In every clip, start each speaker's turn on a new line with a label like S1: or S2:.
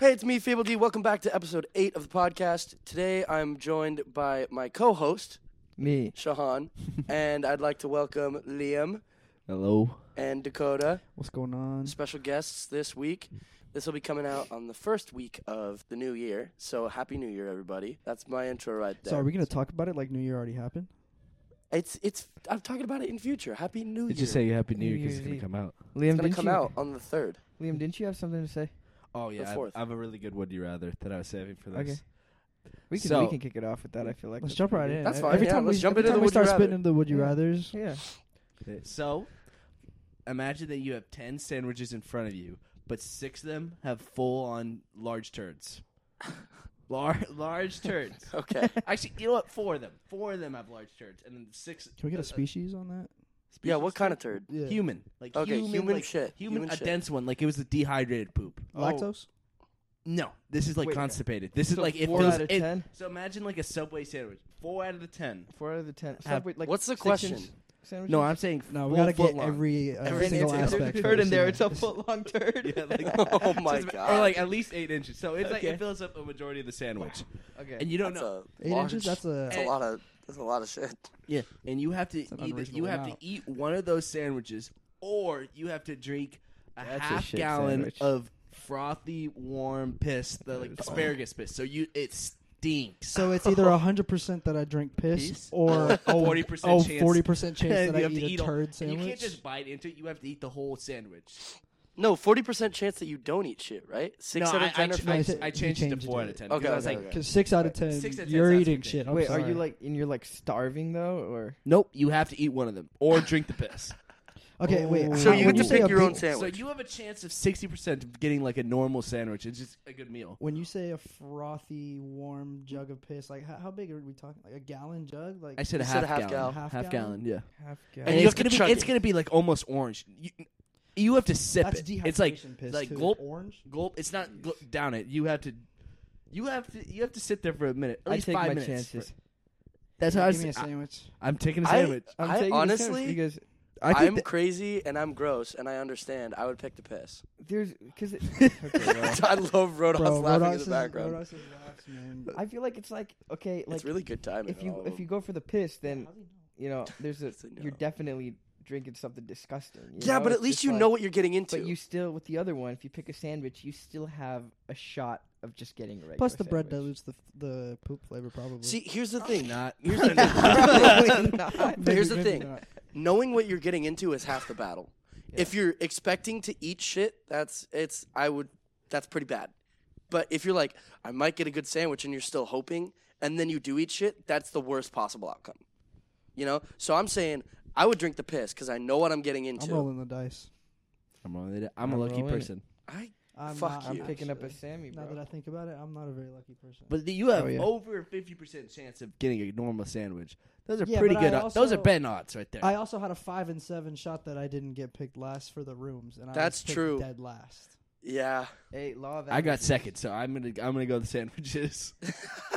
S1: Hey, it's me, Fable D. Welcome back to episode eight of the podcast. Today, I'm joined by my co-host
S2: Me.
S1: Shahan, and I'd like to welcome Liam
S3: Hello.
S1: and Dakota,
S2: What's going on?
S1: special guests this week. This will be coming out on the first week of the new year, so happy New Year, everybody! That's my intro right there.
S2: So are we gonna talk about it like New Year already happened?
S1: It's it's. I'm talking about it in future. Happy New
S3: Did
S1: Year.
S3: you say Happy
S2: New
S3: New Year because it's
S2: Year's Eve.
S3: gonna come out?
S2: Liam,
S1: it's gonna
S2: didn't
S1: come
S2: you,
S1: out on the third.
S2: Liam, didn't you have something to say?
S3: Oh yeah, I have,
S1: fourth.
S3: I have a really good would you rather that I was saving for this.
S2: Okay.
S3: We
S2: We can
S3: can- So-
S2: we can kick it off with that. I feel like
S4: Let's jump right in.
S1: That's
S4: E-
S1: fine,
S4: Every
S1: yeah,
S4: time
S1: let's
S4: we,
S1: jump
S4: every
S1: into
S4: time
S1: the
S4: we
S1: would you
S4: start
S1: rather.
S4: spitting into the would you
S2: Yeah.
S4: rather's,
S2: Yeah.
S3: Okay, So, imagine that you have ten sandwiches in front of you, but six of them have full-on large turds. Lar- large turds.
S1: Okay.
S3: Actually, you know what? Four of them. Four of them have large turds, and then six.
S2: Can we get
S3: uh,
S2: a species on that?
S1: yeah. What
S3: species
S1: kind of turd?
S2: Yeah.
S3: Human. Like
S1: Okay,
S3: human,
S1: human
S3: like,
S1: shit.
S3: Human,
S1: Human
S3: a
S1: shit.
S3: dense one. Like it was the dehydrated poop.
S2: Lactose.
S3: No, this is like
S2: Wait, okay.
S3: constipated. This is
S2: So
S3: like it
S2: four
S3: feels.
S2: out of
S3: it-
S2: 10?
S3: So imagine like a Subway sandwich. Four out of the ten.
S2: Four out of the ten.
S3: Have-
S2: Subway, like
S1: What's the
S2: six
S1: question?
S2: inch sandwiches?
S3: No, I'm saying
S4: no, we
S3: full
S4: gotta get
S3: footlong.
S4: every, uh,
S3: Every
S4: single
S3: inch-
S4: aspect.
S3: every
S4: first, yeah.
S2: full long turd.
S3: Yeah, like-
S1: Oh my
S3: Just-
S1: god.
S3: Or like at least eight inches. So it's like
S2: Okay.
S3: it fills up a majority of the sandwich,
S2: okay.
S3: and you don't
S1: that's
S3: know.
S1: a
S4: Eight
S1: large-
S4: inches. That's
S1: That's
S4: a
S1: a lot of. That's a lot of shit.
S3: yeah, and you have to
S4: an
S3: either you
S4: unreasonable
S3: have
S4: amount.
S3: to eat one of those sandwiches, or you have to drink a
S2: That's a
S3: half
S2: shit
S3: gallon
S2: sandwich.
S3: of frothy warm piss, the like asparagus piss. So you it stinks.
S4: so it's either hundred percent that I drink piss
S3: Piss?
S4: or forty
S3: 40% chance.
S4: forty percent chance
S3: And you
S4: that I
S3: have to
S4: eat,
S3: eat
S4: a
S3: all-
S4: turd
S3: and
S4: sandwich.
S3: You can't just bite into it. You have to eat the whole sandwich.
S1: No, forty percent chance that you don't eat shit, right? Six
S3: no,
S1: out
S3: I,
S1: of ten.
S3: I,
S1: or
S3: ch-
S1: five?
S3: I,
S4: No,
S3: ch-
S4: you
S3: I
S4: said-
S3: changed
S4: you
S3: it to
S4: changed
S3: four
S4: it.
S3: out of ten.
S1: Okay,
S3: 'cause I was
S1: okay,
S3: like,
S1: okay.
S4: Because six out of ten,
S3: Six out of 10
S4: you're
S3: sounds
S4: eating
S3: ridiculous.
S4: shit. I'm
S2: Wait, are
S4: sorry.
S2: you like in your like starving though, or
S3: nope, you have to eat one of them or drink the piss.
S4: Okay, wait.
S1: So
S4: how-
S1: you
S4: when
S1: get to
S4: say
S1: pick
S4: a
S1: your own
S4: big-
S3: So
S1: sandwich.
S3: you have a chance of sixty percent of getting like a normal sandwich. It's just a good meal.
S4: When you say a frothy, warm jug of piss, like how, how big are we talking? Like a gallon jug? Like
S3: I said a
S1: You
S3: half
S1: said a half
S3: gallon.
S1: gallon.
S4: Half
S3: Half
S4: gallon?
S3: gallon, yeah. And,
S4: half gallon.
S1: you
S3: it's
S1: have to
S3: gonna be
S1: chug
S3: it's
S1: it.
S3: gonna be like almost orange. You, you have to sip
S4: That's
S3: it.
S4: dehydration
S3: It's like
S4: piss
S3: like
S4: too.
S3: gulp-
S4: orange.
S3: gulp. It's not gl- down it. You have to. You have to. You have to sit there for a minute. At
S2: I
S3: least
S2: take
S3: five
S2: my
S3: minutes.
S2: chances.
S3: That's how I was,
S4: Give me a
S3: I,
S4: sandwich.
S3: I'm taking a
S1: I-
S3: sandwich.
S2: I'm
S1: I
S2: taking the sandwich
S1: honestly-
S2: because
S3: I
S1: I'm
S3: think that-
S1: crazy and I'm gross and I understand. I would pick the piss.
S2: there's because okay, well.
S1: I love Roadhouse
S4: Bro,
S1: laughing
S4: Roadhouse
S1: in
S4: is-
S1: the background.
S4: Roadhouse is laughs, man.
S2: I feel like it's like okay, like
S1: it's really good timing.
S2: if you if you go for the piss, then you know there's a
S1: It's a
S2: you're
S1: no.
S2: definitely drinking something disgusting. you
S1: yeah,
S2: know?
S1: but at
S2: It's
S1: least
S2: just
S1: you
S2: like-
S1: know what you're getting into.
S2: But you still with the other one, if you pick a sandwich, you still have a shot of just getting a regular.
S4: Plus, the bread
S2: sandwich.
S4: dilutes the the poop flavor probably.
S1: See, here's the thing.
S3: not.
S1: Here's the
S2: Probably
S1: thing.
S2: not.
S1: But here's the
S4: maybe
S1: thing.
S4: not.
S1: Knowing what you're getting into is half the battle.
S2: Yeah.
S1: If you're expecting to eat shit, that's it's I would that's pretty bad. But if you're like, I might get a good sandwich and you're still hoping, and then you do eat shit, that's the worst possible outcome. You know? So I'm saying I would drink the piss because I know what I'm getting
S4: I'm
S1: into.
S4: rolling the dice.
S3: I'm, rolling it. I'm a
S2: I'm
S3: lucky
S2: rolling it.
S3: person.
S1: I
S4: I'm
S1: Fuck
S4: not,
S1: you.
S2: I'm picking up a
S4: actually.
S2: Sammy,
S4: Now
S2: bro.
S4: that I think about it, I'm not a very lucky person.
S3: But the- you have
S4: Oh, yeah.
S3: over a fifty percent chance of getting a normal sandwich. Those are
S4: Yeah,
S3: pretty
S4: but
S3: good.
S4: I
S3: odds. Those are
S4: also-
S3: betting odds right there.
S4: I also had a five and seven shot that I didn't get picked last for the rooms, and I was
S1: That's
S4: picked
S1: true.
S4: Dead last.
S1: yeah.
S2: Hey, law of
S3: I got
S2: averages.
S3: second, so I'm gonna I'm gonna go with the sandwiches.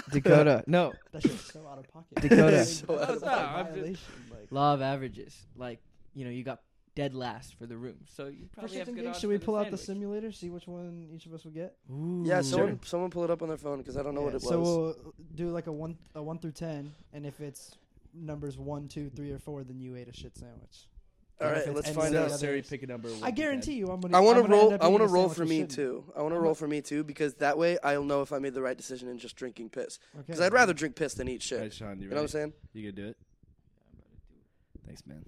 S2: Dakota. No,
S4: That shit's so out of pocket.
S2: Dakota.
S1: So
S4: That's
S1: out of
S4: like
S3: pocket. I'm just-
S4: violation, like-
S2: law of averages. Like you know, you got dead last for the room, so you
S4: For
S2: probably
S4: shits
S2: have
S4: and
S2: good
S4: gigs,
S2: odds
S4: should we
S2: for
S4: pull out the
S2: sandwich.
S4: simulator, see which one each of us will get?
S1: Yeah,
S2: Ooh.
S1: someone
S2: Sure.
S1: someone pull it up on their phone because I don't know what
S4: Yeah,
S1: it was.
S4: So we'll uh, do like a one, a one through ten, and if it's numbers one, two, three, or four, then you ate a shit sandwich.
S1: All
S4: and
S1: right,
S4: if
S1: let's
S4: it's
S1: find
S4: any
S1: out.
S4: other-
S3: Necessary pick a number. one
S4: I
S3: to
S4: guarantee
S3: ten.
S4: you, I'm gonna.
S1: I
S4: want to
S1: roll. I want to roll for me too. I want to roll for me too because that way I'll know if I made the right decision in just drinking piss.
S4: Okay.
S1: Because I'd rather drink piss than eat
S3: All right,
S1: shit.
S3: Sean,
S1: You
S3: you,
S1: know what I'm
S3: ready?
S1: saying?
S3: You gonna do it? Thanks, man.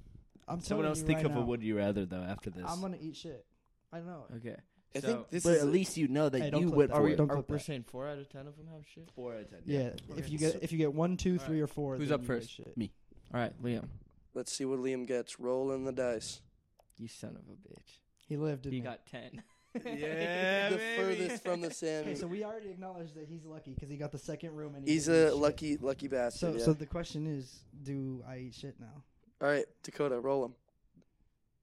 S4: I'm
S3: Someone
S4: telling
S3: else
S4: you
S3: think
S4: right
S3: of
S4: now,
S3: a would you rather though after this.
S4: I'm gonna eat shit. I know. it.
S2: Okay.
S1: I
S2: so,
S1: think this
S3: but
S1: is
S3: at
S1: a-
S3: least you know that
S4: Hey, don't
S3: you
S4: clip
S3: went
S4: that.
S3: for
S4: Are we-
S3: it.
S4: don't-
S2: are
S4: clip
S2: we're
S4: that.
S2: saying four out of ten of them have shit?
S3: Four out of ten.
S4: Yeah. If you get if you get one, two, three, or four,
S2: Who's
S4: then
S2: up
S4: you get
S2: first?
S4: shit.
S2: All right, Liam,
S1: Let's see what Liam gets. Rolling the dice.
S2: you son of a bitch.
S4: He lived. Didn't
S2: You
S4: he?
S2: got ten.
S3: Yeah,
S1: the
S3: baby.
S1: furthest from the
S4: Okay,
S1: Sammy.
S4: so we already acknowledged that he's lucky because he got the second room and he
S1: He's
S4: didn't
S1: a
S4: eat shit.
S1: lucky, lucky bastard.
S4: So,
S1: yeah.
S4: so the question is, do I eat shit now?
S1: All right, Dakota, roll him.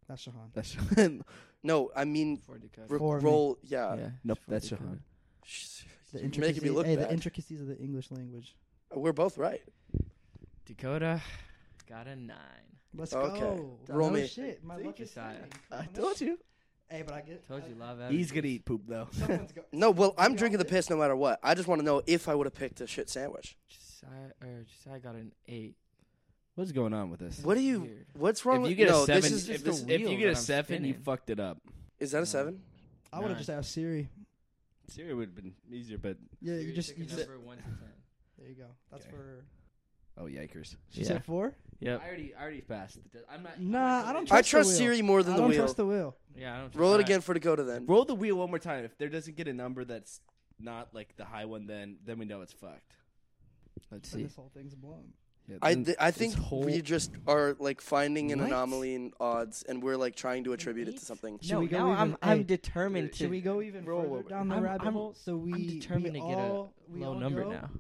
S4: That's Shahan.
S3: That's
S1: No, I mean
S2: Four Dakota.
S1: r-
S4: For me.
S1: roll. Yeah.
S2: yeah.
S3: Nope,
S2: four
S3: that's
S2: Dakota.
S3: Shahan.
S1: Sh-
S4: The
S1: You're making me
S4: intricacy-
S1: look
S4: hey,
S1: bad.
S4: Eh, the intricacies of the English language.
S1: We're both right.
S2: Dakota got a nine.
S4: Let's
S1: Okay.
S4: go.
S1: Roll
S4: no
S1: me.
S4: shit. My
S2: Take
S4: luck
S2: your
S4: is
S2: time.
S4: turning.
S3: I
S4: Come on.
S3: told you.
S4: Hey, but I get.
S2: Told you,
S4: I-
S2: love averages.
S3: He's gonna eat poop though.
S4: Someone's go-
S1: No, well, I'm
S4: Yeah.
S1: drinking the piss no matter what. I just want to know if I would have picked a shit sandwich.
S2: Josiah, or Josiah got an eight.
S3: What's going on with this?
S1: What do you?
S2: Weird.
S1: What's wrong
S3: if you
S1: with
S3: get
S1: no?
S3: a seven,
S1: this
S2: it's
S1: is
S2: just
S3: if,
S2: a
S3: this, if
S2: wheel
S3: you get a
S2: that I'm
S3: seven, you
S2: spinning.
S3: fucked it up.
S1: is that
S2: No.
S1: a seven?
S4: I would have
S2: Nine.
S4: just asked Siri.
S3: Siri would have been easier, but
S4: Yeah, you
S2: You're
S4: just.
S2: taking
S4: You just
S2: number one to ten.
S4: there you go. That's
S3: Okay.
S4: for.
S3: oh yikers!
S4: She
S2: Yeah.
S4: said four.
S2: Yep.
S3: I already, I already passed. the test. I'm not. I'm
S4: Nah,
S3: not
S4: I don't
S3: doing
S1: I
S4: Trust the
S1: trust
S4: wheel.
S1: Siri more than
S4: I
S1: the
S4: don't
S1: wheel.
S4: trust the wheel.
S2: Yeah, I don't.
S1: Roll it
S2: try.
S1: again for to go to
S3: it.
S1: then.
S3: Roll the wheel one more time. If there doesn't get a number that's not like the high one, then then we know it's fucked.
S2: Let's
S4: And
S2: see.
S4: this whole thing's blown.
S3: Yeah,
S1: I,
S3: then
S1: th- I
S3: this
S1: think
S3: whole-
S1: we just are like finding an
S2: What?
S1: anomaly in odds, and we're like trying to attribute it to something.
S4: Should
S2: No,
S4: we go
S2: now
S4: even-
S2: I'm I'm
S4: hey,
S2: determined to.
S4: Should we go even
S3: Roll
S4: further
S3: over.
S4: down the
S2: I'm-
S4: rabbit
S2: I'm-
S4: hole? So we
S2: I'm determined
S4: we
S2: to get a
S4: all, we
S2: low
S4: all
S2: number
S4: go,
S2: now.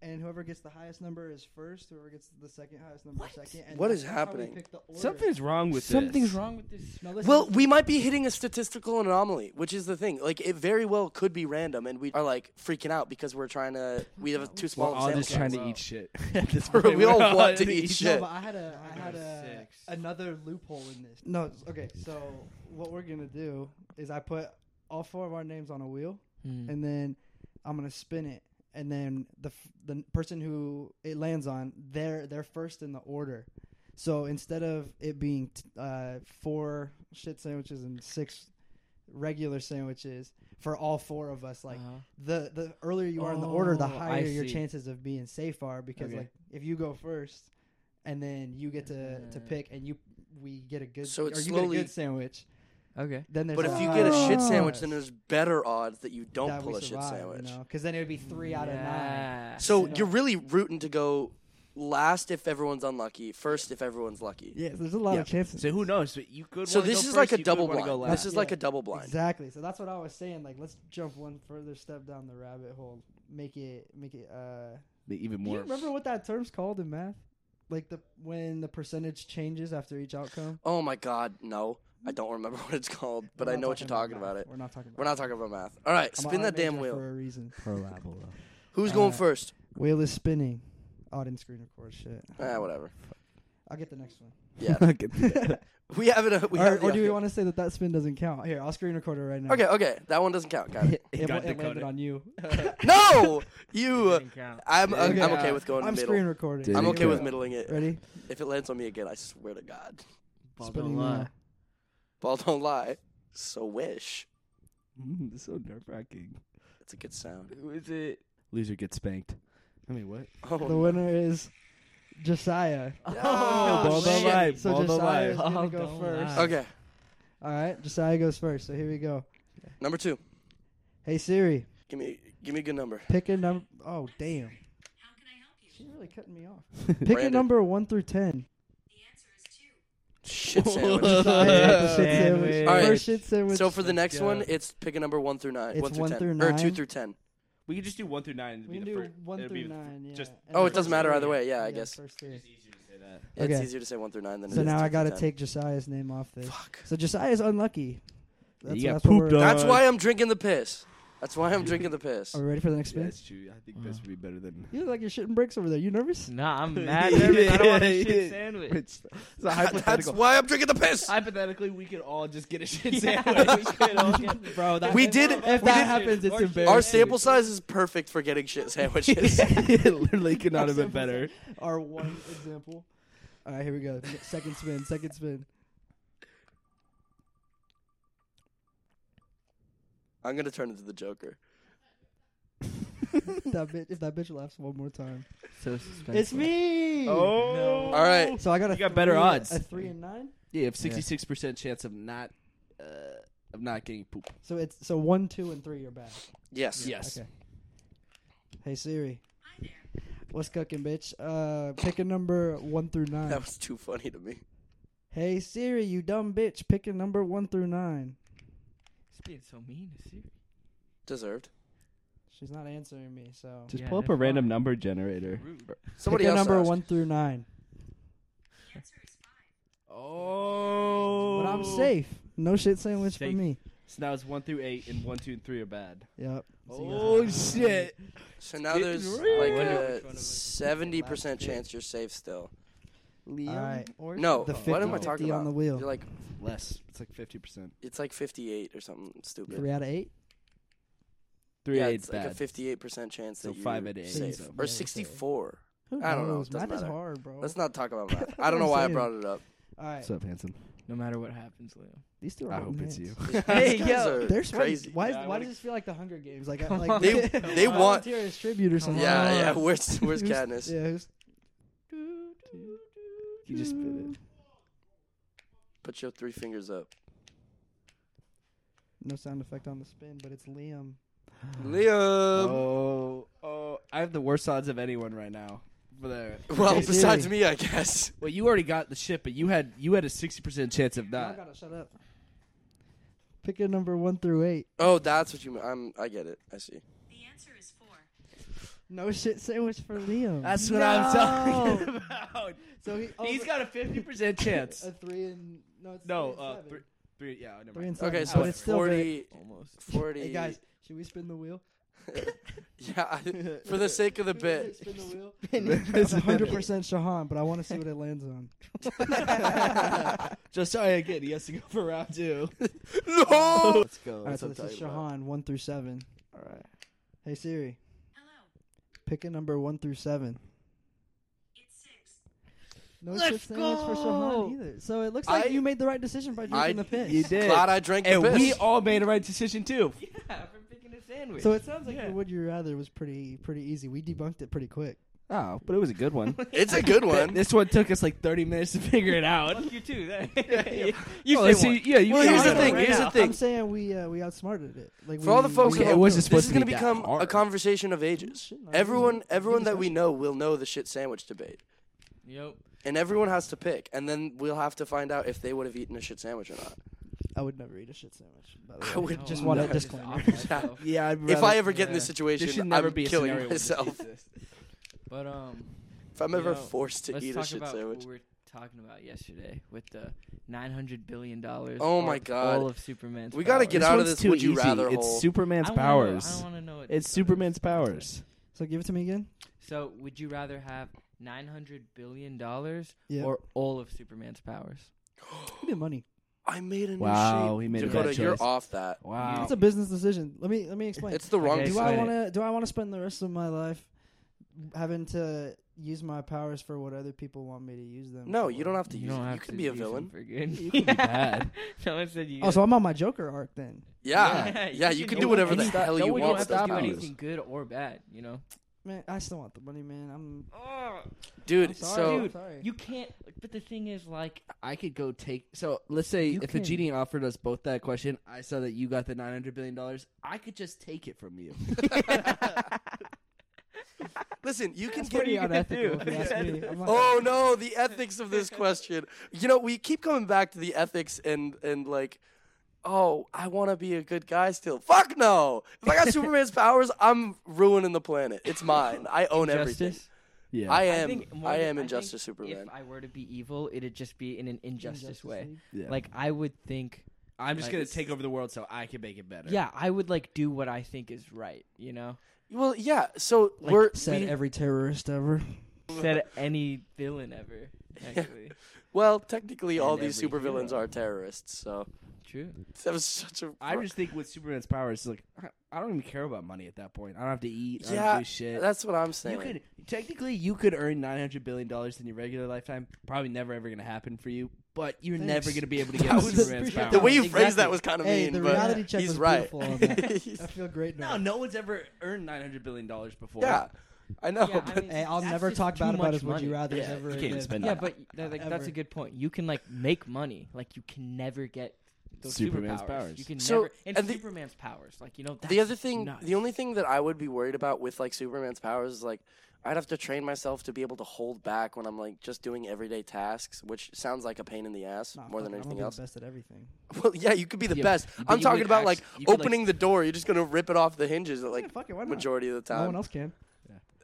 S4: And whoever gets the highest number is first. Whoever gets the second highest number is second. And
S1: What
S4: that's
S1: is
S4: how we
S1: happening?
S4: pick the order.
S3: Something's wrong with
S2: Something's
S3: this.
S2: wrong with this.
S4: Now, listen,
S1: Well, we might be hitting a statistical anomaly, which is the thing. Like, it very well could be random, and we are like freaking out because we're trying to. We have a too
S3: We're
S1: small. of a
S3: all
S1: sample
S3: just trying
S1: size.
S3: to eat shit. At this
S1: Bro,
S3: point,
S1: we
S3: We're
S1: all want to
S3: trying
S1: eat
S4: No,
S1: shit.
S4: but I had a I
S2: got
S4: had
S2: a
S4: a
S2: six.
S4: another loophole in this. No, it's- okay. So what we're gonna do is I put all four of our names on a wheel,
S5: Mm-hmm.
S2: Hmm.
S4: and then I'm gonna spin it, and then the f- the n- person who it lands on, they're they're first in the order. So instead of it being t- uh, four shit sandwiches and six regular sandwiches for all four of us, like
S2: Uh-huh.
S4: the the earlier you are in the order, the
S2: Oh, I
S4: higher your
S2: see.
S4: chances of being safe are. Because
S3: Okay.
S4: like if you go first, and then you get to to
S2: Uh.
S4: pick, and you we get a good
S1: So
S4: or
S1: it's
S4: you
S1: slowly-
S4: get a good sandwich.
S2: Okay.
S4: Then there's
S1: But if
S4: a
S1: you get a shit
S4: higher
S1: sandwich,
S4: chance
S1: then there's better odds that you don't
S4: that we
S1: pull a shit
S4: survive,
S1: sandwich.
S4: You know? Because then it would be three out of nine.
S2: Yeah.
S1: So
S4: Yeah.
S1: you're really rooting to go last if everyone's unlucky, first if everyone's lucky.
S4: Yeah, there's a lot
S3: Yeah.
S4: of chances.
S3: So who knows? But you could.
S1: So
S3: wanna
S1: this
S3: go
S1: is
S3: first,
S1: like
S3: you
S1: a
S3: could
S1: double
S3: wanna go
S1: blind.
S3: last.
S1: This is like
S4: Yeah.
S1: a double blind.
S4: Exactly. So that's what I was saying. Like, let's jump one further step down the rabbit hole. Make it, make it. uh
S3: even
S4: Do you
S3: more.
S4: remember what that term's called in math? Like the when the percentage changes after each outcome.
S1: Oh my god, no. I don't remember what it's called, but
S4: We're
S1: I
S4: not
S1: know what you're talking about
S4: math.
S1: it.
S4: We're not talking about.
S1: We're not talking about math. All right,
S4: I'm a
S1: spin
S4: art
S1: that damn
S4: major
S1: wheel.
S4: for a reason.
S2: Parabola.
S1: Who's going
S4: Uh,
S1: first?
S4: Wheel is spinning. Oh, I didn't screen record shit.
S1: Ah, whatever.
S4: I'll get the next one.
S1: Yeah.
S4: or
S1: We have it. uh, We have it
S4: or do we
S1: up
S4: want to say that that spin doesn't count? Here, I'll screen record it right now.
S1: here. Okay, okay. That one doesn't count. Got it.
S4: It, it,
S3: got
S4: it landed
S3: decoded.
S4: on you.
S1: no! You. uh,
S2: Didn't count.
S1: I'm,
S4: Okay. uh,
S1: I'm okay with going
S4: I'm
S1: middle.
S4: screen recording.
S1: I'm
S3: Didn't
S1: okay with
S3: count.
S1: middling it.
S4: Ready?
S1: If it lands on me again, I swear to God.
S2: Ball
S4: Spinning
S2: don't lie.
S4: now.
S1: Ball don't lie. So wish.
S3: Mm, it's so nerve wracking.
S1: It's a good sound.
S3: Who is it? Loser gets spanked. I mean, what?
S1: Oh,
S4: The winner is Josiah.
S1: Oh,
S3: Ball don't
S1: shit.
S3: lie.
S4: So
S3: Ball don't
S4: Josiah is
S3: lie.
S4: gonna
S2: Ball
S4: go
S2: don't
S4: first.
S2: lie.
S1: Okay,
S4: All right, Josiah goes first. So here we go.
S1: number two.
S4: Hey Siri,
S1: Give me, give me a good number.
S4: pick a number. Oh damn. She's really cutting me off. Pick a
S1: Brandon.
S4: number one through ten.
S1: Shit sandwich.
S4: Josiah got the shit
S2: Sandwich.
S4: sandwich.
S1: All right.
S4: First shit sandwich.
S1: so for the next
S2: go.
S1: one, it's pick a number one through nine.
S4: It's
S1: one through
S4: one
S1: ten,
S4: through
S1: or two
S4: nine?
S1: through ten.
S3: We could just do one through nine. And it'd
S4: we
S3: be
S4: can
S3: the
S4: do
S3: fir-
S4: one
S3: it'd be
S4: through
S3: the fir-
S4: nine. Yeah.
S3: just-
S4: And
S1: Oh,
S4: the
S1: it doesn't
S4: first
S1: matter
S4: three.
S1: either way. Yeah, I
S4: Yeah,
S1: guess
S4: first three.
S3: It's easier to say that.
S1: it's
S4: Okay.
S1: easier to say one through nine than.
S4: So
S1: it is
S4: now
S1: two
S4: I
S1: through
S4: gotta
S1: 10.
S4: take Josiah's name off this.
S1: Fuck.
S4: So Josiah's unlucky. That's,
S3: got
S4: that's what
S3: pooped
S4: we're-
S3: on.
S1: That's
S3: God.
S1: why I'm drinking the piss. That's why I'm drinking the piss.
S4: Are we ready for the next
S3: Yeah,
S4: spin?
S3: that's true. I think this would be better than.
S4: You look like you're shitting bricks over there. You nervous?
S2: Nah, I'm mad. nervous. I don't want a shit sandwich.
S3: It's, it's a
S1: That's
S3: hypothetical.
S1: why I'm drinking the piss.
S3: Hypothetically, we could all just get a shit
S2: Yeah.
S3: sandwich. we could all get.
S2: Bro,
S1: We did-
S4: If that
S1: we did-
S4: happens, it's
S3: Our
S4: embarrassing.
S1: Our sample size is perfect for getting shit sandwiches.
S3: it literally could not have been
S4: Ourselves.
S3: better.
S4: Our one example. All right, here we go. Second spin. Second spin.
S1: I'm gonna turn into the Joker.
S4: That bitch. If that bitch laughs one more time,
S2: So suspenseful.
S4: it's me.
S3: Oh.
S1: All right.
S4: So I got a
S3: You got
S4: three-
S3: better odds.
S4: A three and nine.
S3: Yeah, you have sixty-six percent chance of not uh, of not getting poop.
S4: So it's so one, two, and three. You're back.
S1: Yes.
S3: Yes.
S4: Okay. Hey Siri. What's cooking, bitch? Uh, pick a number one through nine.
S1: That was too funny to me.
S4: Hey Siri, you dumb bitch. Pick a number one through nine.
S2: It's being so mean. Is he?
S1: Deserved.
S4: She's not answering me, so
S2: Just Yeah, pull up a that's random fine.
S3: number generator.
S2: Rude.
S1: Somebody
S4: pick a
S1: else.
S4: number
S1: asked.
S4: one through nine.
S3: Oh.
S4: But I'm
S1: Oh.
S4: safe. No shit sandwich
S3: Safe.
S4: for me.
S3: So now it's one through eight, and one, two, and three are bad.
S4: Yep.
S3: Oh shit!
S1: So now
S3: Getting
S1: there's
S3: real.
S1: like
S2: I wonder which one
S1: a
S2: of us is
S1: seventy percent
S2: the last
S1: chance you're safe still.
S2: Liam
S4: right.
S2: or
S1: No,
S4: The
S1: Oh, what am I
S4: 50-50
S1: talking
S4: on
S1: about?
S4: the wheel.
S1: You're like
S3: Less. It's like fifty percent.
S1: it's like 58 or something stupid.
S4: Three out of eight.
S3: Three
S1: yeah,
S3: eights
S1: it's like
S3: bad.
S1: a 58 percent chance
S3: So
S1: that you're
S3: five out of eight,
S1: safe.
S4: so- Yeah,
S1: or
S4: you're safe.
S1: 64.
S4: Who
S1: I don't know.
S4: knows?
S1: It doesn't
S4: Math is
S1: matter.
S4: hard, bro.
S1: Let's not talk about that. I don't know why I
S4: Insane.
S1: brought it up.
S4: All right.
S3: What's up, handsome?
S5: No matter what happens, Leo.
S4: These two are
S3: I
S4: holding
S3: hope it's
S4: hands.
S3: you.
S1: These
S2: Hey,
S1: guys
S2: yo,
S1: are
S4: There's
S1: crazy.
S4: Why, is,
S5: Yeah, I
S4: why
S5: wanna-
S4: does this feel like the Hunger Games? Like,
S5: Come
S4: like
S5: on.
S1: They- they want-
S4: volunteer as tribute or
S5: Come
S4: something.
S1: Yeah,
S5: Wow.
S1: yeah. Where's where's
S4: Who's-
S1: Katniss?
S4: Yeah, who's-
S3: You Um, just spit it.
S1: Put your three fingers up.
S4: no sound effect on the spin, but it's Liam.
S1: Liam.
S3: Oh, oh! I have the worst odds of anyone right now. For the
S1: Well,
S4: Hey,
S1: besides
S4: Siri.
S1: me, I guess.
S3: well, you already got the shit, but you had you had a sixty percent chance of
S4: I
S3: not.
S4: gotta shut up. Pick a number one through eight.
S1: Oh, that's what you mean. I'm. I get it. I see.
S6: The answer is four.
S4: No shit sandwich for Liam.
S3: That's what I'm talking about.
S4: so he,
S3: He's got a fifty percent chance.
S4: a three and no, it's
S3: No,
S4: three and
S3: uh,
S4: seven.
S3: three, three. Yeah, never
S4: Three
S3: mind.
S4: and seven.
S1: Okay,
S3: Seven.
S1: so
S4: but it's
S1: it's
S4: still 40.
S1: 40.
S2: almost.
S1: 40.
S4: Hey guys, should we spin the wheel?
S1: yeah, I, for the sake of the
S4: Should we
S1: bit.
S4: spin the wheel.
S2: It's
S4: It's 100 percent Shahan, but I want to see what it lands on.
S3: Just try again. He has to go for round two.
S1: No!
S2: Let's go.
S4: All right, so this is Shahan one through seven.
S2: All right.
S4: Hey Siri,
S6: Hello.
S4: pick a number one through seven.
S6: It's six.
S4: No
S2: Let's
S4: chips and onions for
S2: go!
S4: Shahan either. So it looks like
S1: I-
S4: you made the right decision by drinking
S1: I-
S4: the piss.
S3: You did.
S1: Glad I drank
S3: and
S1: the piss.
S3: we all made a right decision too.
S2: Yeah, for picking a sandwich.
S4: So it sounds like
S2: Yeah.
S4: your would you rather was pretty pretty easy. We debunked it pretty quick.
S3: Oh, but it was a good one.
S1: it's a good
S3: Th-
S1: one.
S3: this one took us like thirty minutes to figure it out.
S2: Fuck you too. That-
S3: You
S2: say one.
S3: Yeah, you
S1: Well,
S3: say
S1: here's the
S3: one
S1: thing.
S3: right
S1: Here's the
S3: now.
S1: thing.
S4: I'm saying we uh, we outsmarted it. Like
S1: For all the
S4: we-
S1: folks
S4: we-
S1: at
S3: it wasn't
S1: home, this
S3: supposed
S1: is
S3: to
S1: going to
S3: be that
S1: become a
S3: hard.
S1: conversation of ages.
S4: Shit, no,
S1: Everyone,
S4: good
S1: everyone that we
S4: discussion.
S1: know will know the shit sandwich debate,
S5: Yep.
S1: and everyone has to pick, and then we'll have to find out if they would have eaten a shit sandwich or not.
S4: I would never eat a shit sandwich. By the way.
S5: Oh,
S1: I would
S4: just
S1: no.
S4: want
S1: Yeah.
S4: to disclaim.
S3: Yeah, I'd
S1: If
S3: rather-
S1: I ever get in this
S5: yeah.
S1: situation,
S3: This should never
S1: I'm
S3: be a
S1: killing
S3: scenario where this
S1: myself.
S3: exists.
S5: But um,
S1: If I'm ever
S5: You know,
S1: forced to
S5: let's
S1: eat a
S5: talk
S1: shit
S5: about
S1: sandwich,
S5: what we were talking about yesterday with the 900 billion dollars.
S1: Oh my God.
S5: All of Superman's.
S1: We gotta
S5: powers.
S1: get
S3: This
S1: out of
S3: one's
S1: this
S3: too
S1: would you
S3: easy.
S1: rather
S3: It's
S1: hole.
S5: I
S3: Superman's
S5: wanna know- I
S3: powers.
S5: want to know. What
S3: It's
S5: that
S3: Superman's
S5: is.
S3: powers.
S4: So give it to me again.
S5: So, would you rather have 900 billion dollars
S4: Yeah.
S5: or all of Superman's powers?
S4: Give me money.
S1: I made a new
S3: Wow,
S1: sheet.
S3: he made a
S1: Dakota,
S3: bad
S1: you're
S3: choice.
S1: off that.
S3: Wow.
S4: That's a business decision. Let me let me explain.
S1: It's the wrong.
S5: Okay,
S1: choice.
S4: do I
S5: explain
S4: want to do I want to spend the rest of my life having to use my powers for what other people want me to use them?
S1: No,
S4: for?
S1: you don't have to
S5: You
S1: use.
S5: don't
S1: It.
S5: have
S1: You
S5: to
S1: could be a
S5: use them
S1: villain.
S5: For good.
S3: You could be bad.
S5: no one said you.
S4: Oh, so I'm on my Joker arc then.
S1: Yeah, yeah,
S5: Yeah,
S1: you
S5: you
S1: can
S5: can
S1: do
S5: do
S1: whatever the
S3: anything.
S1: hell
S3: No
S1: you
S3: one
S5: you don't
S1: want. with those
S5: have to
S3: can
S5: do
S3: stop you.
S1: powers.
S5: anything good or bad. You know.
S4: Man, I still want the money, man. I'm,
S1: dude.
S4: I'm sorry.
S1: so
S4: I'm sorry.
S5: You can't. But the thing is, like,
S3: I could go take. So let's say
S5: You
S3: if a
S5: can-
S3: genie offered us both that question, I saw that you got the nine hundred billion dollars. I could just take it from you.
S1: listen, you can
S4: That's
S1: get.
S4: pretty
S5: you gonna
S4: unethical.
S5: do?
S4: If you ask me. I'm not-
S1: Oh no, the ethics of this question. You know, we keep coming back to the ethics and and like, oh, I want to be a good guy still. Fuck no! If I got Superman's powers, I'm ruining the planet. It's mine. I own everything.
S5: justice.
S3: yeah,
S1: I
S5: I
S1: am.
S5: think more
S1: I
S5: than-
S1: am
S5: I
S1: Injustice
S5: If
S1: Superman.
S5: I were to be evil, it'd just be in an injustice,
S4: Injustice
S5: way.
S4: League.
S3: yeah.
S5: Like I would think.
S3: I'm just
S5: like-
S3: gonna take over the world so I can make it better.
S5: Yeah, I would like do what I think is right. You know,
S1: Well, yeah. So
S4: Like,
S1: we're
S4: said
S1: we-
S4: every terrorist ever.
S5: said any villain ever. Actually,
S1: well, technically, all
S5: And
S1: these
S5: every
S1: supervillains
S5: hero.
S1: are terrorists. So
S5: true.
S1: that was such a.
S3: I just think with Superman's powers, like I- I don't even care about money at that point. I don't have to eat. I don't have
S1: yeah.
S3: to do shit.
S1: That's what I'm saying.
S3: You could technically you could earn nine hundred billion dollars in your regular lifetime. Probably never ever gonna happen for you, but you're
S4: Thanks.
S3: never gonna be able to
S1: That
S3: get
S1: was-
S3: Superman's power.
S1: the way you phrased
S4: Exactly.
S1: that was kind of
S4: Hey,
S1: mean,
S4: the
S1: but
S4: reality check
S1: he's
S4: was
S1: right.
S4: beautiful on that. I
S1: He's-
S4: feel great
S3: no,
S4: now.
S3: no one's ever earned nine hundred billion dollars before.
S1: yeah, I know.
S5: Yeah, I
S1: but
S5: mean,
S4: Hey, Oh, eh, I'll
S5: That's
S4: never
S5: just
S4: talk
S5: too
S4: bad about
S5: much
S4: his would
S5: money.
S4: you rather
S1: Yeah,
S4: ever
S3: you can't
S4: again.
S3: spend
S5: Yeah, but that, like that's
S4: Ever.
S5: a good point. You can like make money. Like you can never get those
S3: Superman's
S5: superpowers.
S3: powers.
S5: You can
S1: So,
S5: never and,
S1: and the-
S5: Superman's powers. Like you know that's
S1: the other thing,
S5: nuts.
S1: the only thing that I would be worried about with like Superman's powers is like I'd have to train myself to be able to hold back when I'm like just doing everyday tasks, which sounds like a pain in the ass
S4: Nah,
S1: more
S4: fuck
S1: than
S4: it, I'm gonna
S1: anything
S4: be the
S1: else.
S4: best at everything.
S1: Well, yeah, you could be the
S3: Yeah,
S1: best.
S3: but
S1: I'm
S3: you
S1: talking
S3: would
S1: about
S3: actu-
S1: like
S3: you could, like-
S1: opening the door. You're just gonna rip it off the hinges at, like
S4: yeah, fuck it, why not?
S1: majority of the
S4: No
S1: time.
S4: one else can.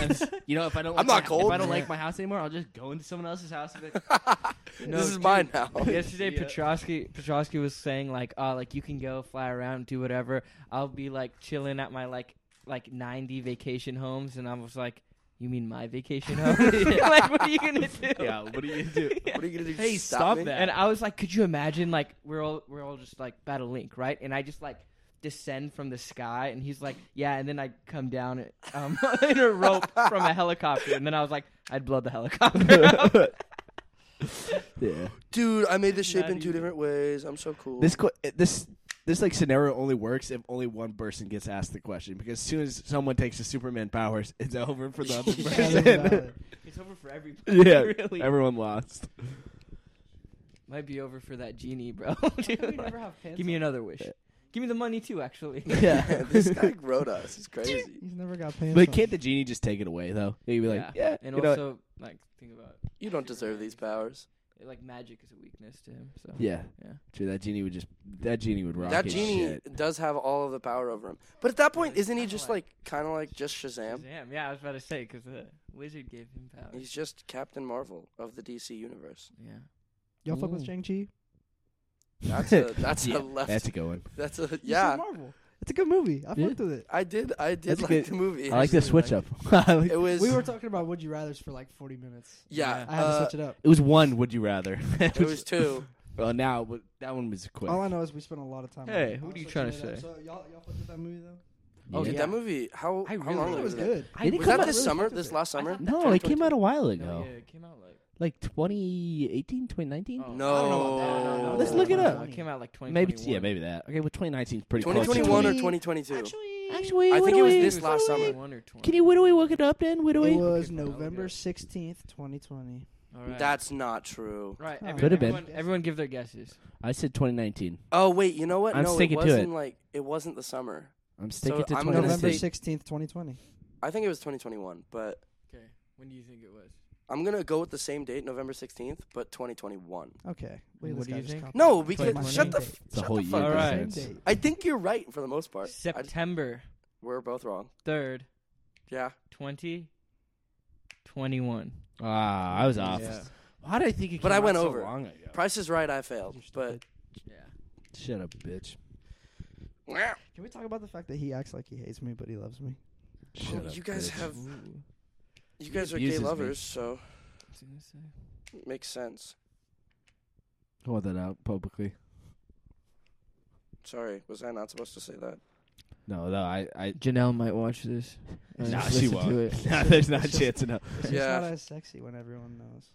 S3: And, you know, if I don't, like
S1: I'm not
S3: my,
S1: cold.
S3: If I don't
S4: Yeah.
S3: like my house anymore, I'll just go into someone else's house. And be like,
S5: No,
S1: this is
S5: dude.
S1: mine now.
S5: Yesterday,
S3: Yeah.
S5: Petrosky Petrosky was saying like, "Oh, like you can go fly around, do whatever. I'll be like chilling at my like like ninety vacation homes," and I was like, You mean my vacation home? like, what are you gonna do?
S3: Yeah, what are you gonna do?
S5: Yeah.
S1: What are you gonna do?
S3: Hey,
S1: stop,
S3: stop
S1: me?
S3: that.
S5: And I was like, could you imagine? Like, we're all we're all just like battle link, right? And I just like descend from the sky, and he's like, yeah. And then I come down um, in a rope from a helicopter, and then I was like, I'd blow the helicopter. up.
S3: yeah.
S1: Dude, I made this shape
S5: Not
S1: in two
S5: easy.
S1: different ways. I'm so cool.
S3: This qu- eh, this this like scenario only works if only one person gets asked the question because as soon as someone takes the Superman powers, it's over for the other
S4: Yeah, that's
S3: person.
S4: valid.
S5: it's over for everybody.
S3: yeah,
S5: really.
S3: everyone lost.
S5: Might be over for that genie, bro.
S4: How
S5: Dude,
S4: come we
S5: like,
S4: never have pants
S5: give me
S4: on?
S5: another wish. Give me the money too, actually.
S1: yeah, this guy wrote us. He's crazy.
S4: He's never got pants.
S3: But
S4: on.
S3: can't the genie just take it away though? He'd be like, yeah,
S5: and
S3: you know what?
S5: also like think about
S1: You don't deserve these powers.
S5: like magic is a weakness to him. So
S3: yeah,
S5: Yeah.
S3: True, that genie would just that genie would rock.
S1: that
S3: his
S1: genie
S3: shit.
S1: does have all of the power over him. But at that point, isn't he
S5: Kinda
S1: just like
S5: like-
S1: kind of like just Shazam?
S5: Shazam. Yeah, I was about to say because the wizard gave him powers.
S1: He's just Captain Marvel of the DC universe.
S5: yeah.
S4: y'all fuck with
S3: Ooh.
S4: Shang Chi?
S1: That's a that's a
S3: Yeah,
S1: left.
S3: That's a good one.
S1: That's a
S4: It's
S1: yeah.
S4: Marvel. It's a good movie. I
S3: Yeah.
S4: fucked with it.
S1: I did I did
S3: That's a
S1: like
S3: good-
S1: the movie.
S3: I like the
S1: actually,
S3: switch
S1: like-
S3: up. I like-
S1: It was
S4: We were talking about would you rather's for like 40 minutes.
S1: yeah.
S5: Yeah.
S4: I had
S1: uh,
S4: to switch it up.
S3: it was one. Would you rather?
S1: it was two.
S3: Well, now but that one was quick.
S4: All I know is we spent a lot of time. on
S5: Hey,
S4: it.
S5: who
S4: I
S5: are you
S4: was
S5: trying to
S4: switching it up.
S5: say?
S4: So y'all, y'all fucked with that movie though.
S3: Yeah.
S5: Oh,
S1: Dude,
S5: yeah.
S1: that movie. How
S5: I
S1: how long
S5: really
S4: I thought
S1: ago
S4: it was
S1: that?
S4: good.
S5: I
S3: Did it
S1: Was
S3: come
S1: that
S3: out
S1: this
S4: really
S1: summer?
S4: fucked with
S1: This
S4: it.
S1: last
S5: I
S1: summer?
S5: thought that
S3: No, it came out a
S1: Oh,
S3: while ago.
S5: No, Oh, yeah, it came out like.
S3: Like 2018, 2019?
S5: Oh,
S1: No.
S5: I don't know about that.
S1: No.
S3: Let's look it up.
S5: It came out like 2021.
S3: Maybe yeah, maybe that. Okay, well 2019 is pretty close.
S1: 2021 or
S4: 20.
S1: 2022?
S3: Actually,
S1: I
S3: what
S1: think
S3: do
S1: it was
S3: we-
S1: this last
S3: what do we-
S1: summer.
S5: 21 or 20.
S3: Can you what do we look it up then? What do
S4: It
S3: we?
S4: was
S5: Okay, well, that was
S4: November
S5: good.
S4: 16th, 2020.
S5: All right.
S1: That's not true.
S5: right.
S4: Huh.
S5: everyone-
S3: Could have been.
S5: Everyone, everyone give their guesses.
S3: I said 2019.
S1: Oh wait, you know what?
S3: I'm
S1: no, it
S3: sticking to it.
S1: wasn't like it wasn't the summer.
S3: I'm sticking to
S1: I'm gonna
S4: November
S3: 2019.
S1: say-
S4: 16th, 2020.
S1: I think it was 2021, but
S5: Okay. When do you think it was?
S1: I'm gonna go with the same date, November 16th, but 2021.
S4: Okay.
S5: What
S4: this
S5: do
S4: guy
S5: you
S4: just
S5: think?
S4: copied
S1: No,
S4: me.
S1: because
S4: Same
S1: shut the
S4: date.
S1: f-
S3: It's a
S1: shut
S3: whole
S1: the
S3: year
S1: fuck
S5: All
S1: up.
S5: right.
S4: Same
S3: difference.
S4: date.
S1: I think you're right for the most part. I just-
S5: September
S1: we're both wrong.
S5: 3rd,
S1: Yeah,
S5: 2021.
S3: Ah, I was off.
S4: Yeah.
S3: Why did I think it?
S1: But
S3: came
S1: I went
S3: out so
S1: over.
S3: long ago?
S1: Price is Right. I failed, but
S5: Yeah.
S3: Shut up, bitch.
S4: Can we talk about the fact that he acts like he hates me, but he loves me?
S3: Shut
S1: Oh,
S3: up,
S1: you guys
S3: bitch.
S1: have you
S3: He
S1: guys are
S3: abuses
S1: gay
S3: me.
S1: lovers, so it makes sense.
S3: Hold that out publicly.
S1: Sorry, was I not supposed to say that?
S3: No, no, I, I.
S5: Janelle might watch this.
S3: No,
S5: Uh,
S3: nah,
S5: just
S3: she
S5: listen to
S3: won't.
S5: it.
S3: Nah, there's not a
S4: It's just-
S3: chance enough.
S4: It's just
S1: Yeah.
S4: not as sexy when everyone knows.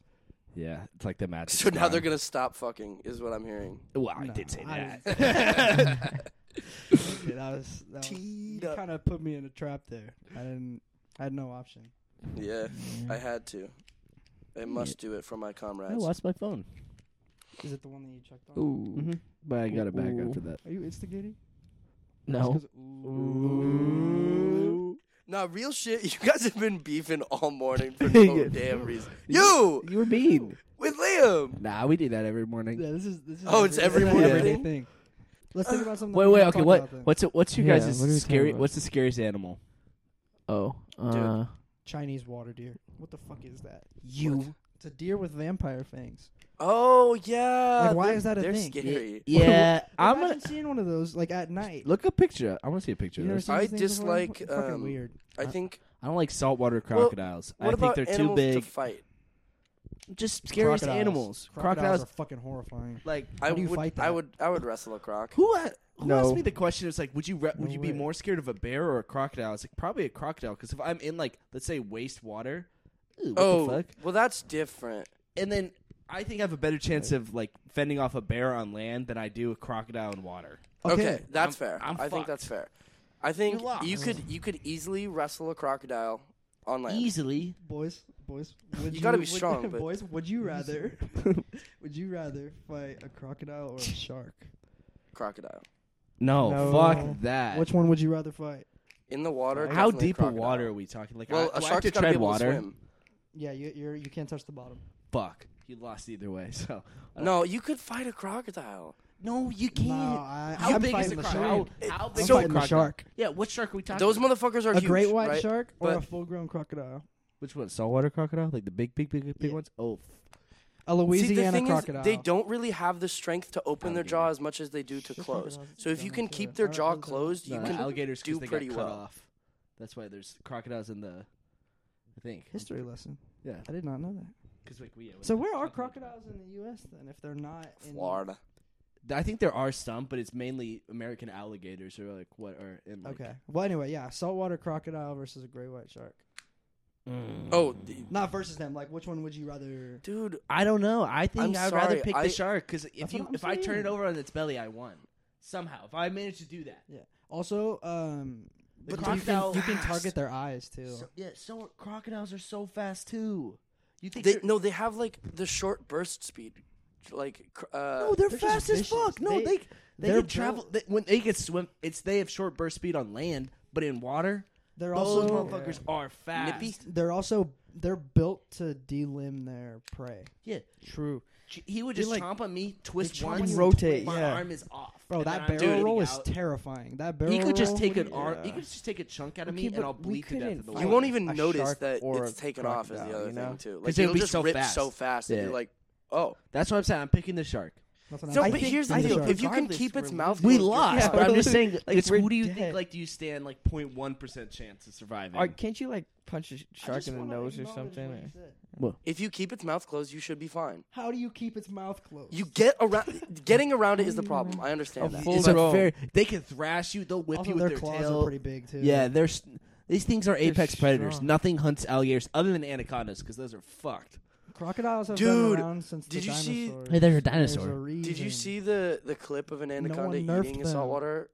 S3: Yeah, it's like the match.
S1: So now they're gonna stop fucking, is what I'm hearing.
S3: Well, I
S4: No,
S3: did say
S4: I
S3: that.
S4: Okay, that was, that was
S1: Teed
S4: you
S1: up.
S4: kind of put me in a trap there. I didn't. I had no option.
S1: Yeah, I had to. I must do it for my
S3: I
S1: comrades.
S3: lost my phone.
S4: Is it the one that you checked on?
S5: Ooh.
S3: Mm-hmm. But I got it back
S5: Ooh.
S3: after that.
S4: Are you instigating?
S5: No.
S4: Just 'cause-
S1: Nah, real shit. You guys have been beefing all morning for no damn reason. You
S3: You were mean.
S1: with Liam.
S3: Nah, we do that every morning.
S4: Yeah, this is this is.
S1: Oh, it's every
S4: an
S1: morning.
S4: everyday thing. Let's think about something.
S3: Wait,
S4: we
S3: wait,
S4: can
S3: okay.
S4: talk
S3: What,
S4: about then.
S3: what's it, what's your
S5: Yeah,
S3: guys'
S5: what are we talking
S3: scary?
S5: about?
S3: What's the scariest animal?
S5: Oh. Uh,
S4: Chinese water deer? What the fuck is that?
S3: You.
S4: It's a deer with vampire fangs.
S1: Oh yeah.
S4: Like, why
S1: they're-
S4: is that a
S1: they're
S4: thing?
S1: Scary.
S3: Yeah, I'm
S4: I'm
S3: gonna
S4: Imagine seeing one of those like at night.
S3: look a picture. up. I want to see a picture.
S4: You
S3: Of
S4: never
S3: this.
S4: seen
S1: I
S4: these things before?
S1: dislike,
S4: It's fucking
S1: um,
S4: weird.
S1: I think.
S3: I don't like saltwater
S1: Well,
S3: crocodiles.
S1: What
S3: I
S1: about
S3: think they're too
S1: animals
S3: big.
S1: to fight?
S3: Just scariest
S4: Crocodiles.
S3: animals.
S4: Crocodiles are fucking horrifying.
S3: like
S1: I
S4: How do you
S1: would.
S4: fight that?
S1: I would. I would wrestle a croc.
S3: who? a- Who
S4: No.
S3: asked me the question? It's like, would you re- would
S4: No
S3: you
S4: way.
S3: be more scared of a bear or a crocodile? It's like probably a crocodile because if I'm in like let's say waste water, ew, what
S1: oh,
S3: the fuck?
S1: well, that's different.
S3: and then I think I have a better chance of like fending off a bear on land than I do a crocodile in water.
S1: Okay,
S4: Okay.
S1: that's
S3: I'm-
S1: fair. i
S3: I'm
S1: think that's
S3: fucked.
S1: fair. I think
S3: You're lost.
S1: you could you could easily wrestle a crocodile on land.
S3: Easily,
S4: Boys, boys, would
S1: You gotta be
S4: would-
S1: strong, but-
S4: boys, would you rather? would you rather fight a crocodile or a shark?
S1: Crocodile
S3: no,
S4: No.
S3: fuck that.
S4: Which one would you rather fight?
S1: in the water.
S3: How
S1: definitely
S3: deep of
S1: crocodile.
S3: water are we talking? Like,
S1: Well, a
S3: I, do I have
S1: shark's
S3: to
S1: gotta be
S3: tread
S1: able to
S3: water.
S1: swim.
S4: Yeah, you you're, you can't touch the bottom.
S3: Fuck, you lost either way. So
S1: No, you could fight a crocodile.
S3: no, you
S4: No, I,
S3: How
S4: I'm
S3: big is
S4: fighting
S3: the
S4: the
S3: crocodile?
S4: shark.
S3: How, how big
S4: I'm
S3: is
S4: fighting the
S3: crocodile?
S4: shark.
S3: Yeah, what shark are we talking?
S1: Those
S3: about?
S1: motherfuckers are
S4: A
S1: huge,
S4: great white
S1: right?
S4: shark or a
S1: But-
S4: full-grown crocodile?
S3: Which one? Saltwater crocodile, like the big, big, big, big
S4: Yeah.
S3: ones. Oh, f-
S4: A
S1: See, the
S4: Louisiana
S1: thing is,
S4: crocodile.
S1: they don't really have the strength to open their
S3: Alligator.
S1: jaw as much as they do to
S4: Shit,
S1: close.
S4: crocodiles
S1: So if you
S4: don't
S1: can
S4: do
S1: keep
S4: that.
S1: their
S4: Alright,
S1: jaw
S4: I'm sorry.
S1: closed, you
S3: no,
S1: can
S3: alligators 'cause
S1: do
S3: they got
S1: pretty
S3: cut
S1: well.
S3: off. That's why there's crocodiles in the I think.
S4: History lesson.
S3: Yeah.
S4: I did not know that.
S3: Because like we.
S4: So where are crocodiles in the U.S. then? If they're not in
S1: Florida.
S3: I think there are some, but it's mainly American alligators or like what are in like.
S4: Okay. Well, anyway, yeah, saltwater crocodile versus a gray white shark.
S1: Oh, d-
S4: Not versus them. Like, which one would you rather?
S1: dude.
S3: I don't know. I
S1: I'm
S3: think i would rather
S1: sorry,
S3: pick
S1: I-
S3: the shark because if
S4: That's
S3: you
S4: what I'm
S3: if I turn
S4: saying.
S3: it over on its belly, I won somehow. If I manage to do that,
S4: Also, um, the
S3: But
S4: crocodile. You
S3: they're
S4: can
S3: fast.
S4: target their eyes too.
S3: So, yeah. So are- crocodiles are so fast too. You think
S1: They
S3: they're-
S1: no, they have like the short burst speed, like cr- uh,
S3: No, they're
S4: They're just
S3: fast as
S4: vicious.
S3: fuck. No,
S4: They-
S3: they they,
S4: they're
S3: can travel.
S4: built-
S3: They, when they can swim, it's they have short burst speed on land, but in water,
S4: They're also
S3: those motherfuckers are fast.
S1: Nippy?
S4: They're also they're built to delimb their prey.
S3: Yeah,
S2: True.
S3: Ch- he would
S2: They,
S3: just
S2: like-
S3: chomp on me, twist
S2: chomp
S3: once,
S2: on you
S3: and
S2: and rotate,
S3: My
S2: yeah.
S3: arm is off,
S4: Bro,
S3: and
S4: that
S3: then I'm
S4: barrel
S3: bleeding
S4: roll is
S3: out.
S4: terrifying. That barrel.
S3: He could just
S4: roll
S3: take
S4: would
S3: an
S4: be-
S3: arm. He
S2: Yeah.
S3: could just take a chunk out of
S2: Okay,
S3: me, and
S2: but
S3: I'll
S2: we
S3: bleed to death.
S2: couldn't
S3: In the
S2: fight
S1: You
S3: water.
S1: won't even
S2: a
S1: notice
S2: shark
S1: that
S2: or
S1: it's
S2: a
S1: taken off is the
S2: crocodile,
S1: other
S2: you know?
S1: thing too.
S3: 'Cause
S1: Like
S3: it
S1: it'll
S3: would be
S1: just
S3: so
S1: rip
S3: fast.
S1: so fast that
S3: Yeah.
S1: you're like, oh.
S3: That's what I'm saying. I'm picking the shark.
S4: That's what I'm
S1: So,
S4: saying.
S1: but
S2: think
S1: here's the
S2: I
S1: deal:
S2: think
S1: if you can
S2: regardless,
S1: keep its
S2: we're
S1: mouth,
S3: We
S1: closed, you're
S3: lost,
S2: Yeah,
S1: fine.
S2: but
S3: but I'm just
S2: we're-
S3: saying.
S2: like,
S3: it's
S2: we're
S3: who do you
S2: dead.
S3: think? Like, do you stand like 0.1 percent chance of surviving?
S2: Or can't you like punch a sh-
S4: I
S2: shark
S4: just
S2: in the
S4: wanna
S2: nose or
S4: acknowledge
S2: something?
S4: what he
S2: or-
S4: said.
S1: If you keep its mouth closed, you should be fine.
S4: How do you keep its mouth closed?
S1: You get around, getting around it is the problem. I understand
S2: A
S1: that.
S2: full
S3: it's a
S2: grown.
S3: fair. They can thrash you. They'll whip
S4: also
S3: you with
S4: their,
S3: their
S4: claws
S3: tail.
S4: are pretty big too.
S3: Yeah, there's these things are apex predators.
S2: strong.
S3: Nothing hunts alligators other than anacondas because those are fucked.
S4: crocodiles have
S1: Dude,
S4: been around since
S1: did
S4: the
S1: you
S4: dinosaurs.
S1: see-
S3: Hey, there's a
S4: There's
S3: dinosaur.
S4: reason.
S1: Did you see the the clip of an anaconda
S4: one nerfed
S1: eating a
S4: them.
S1: saltwater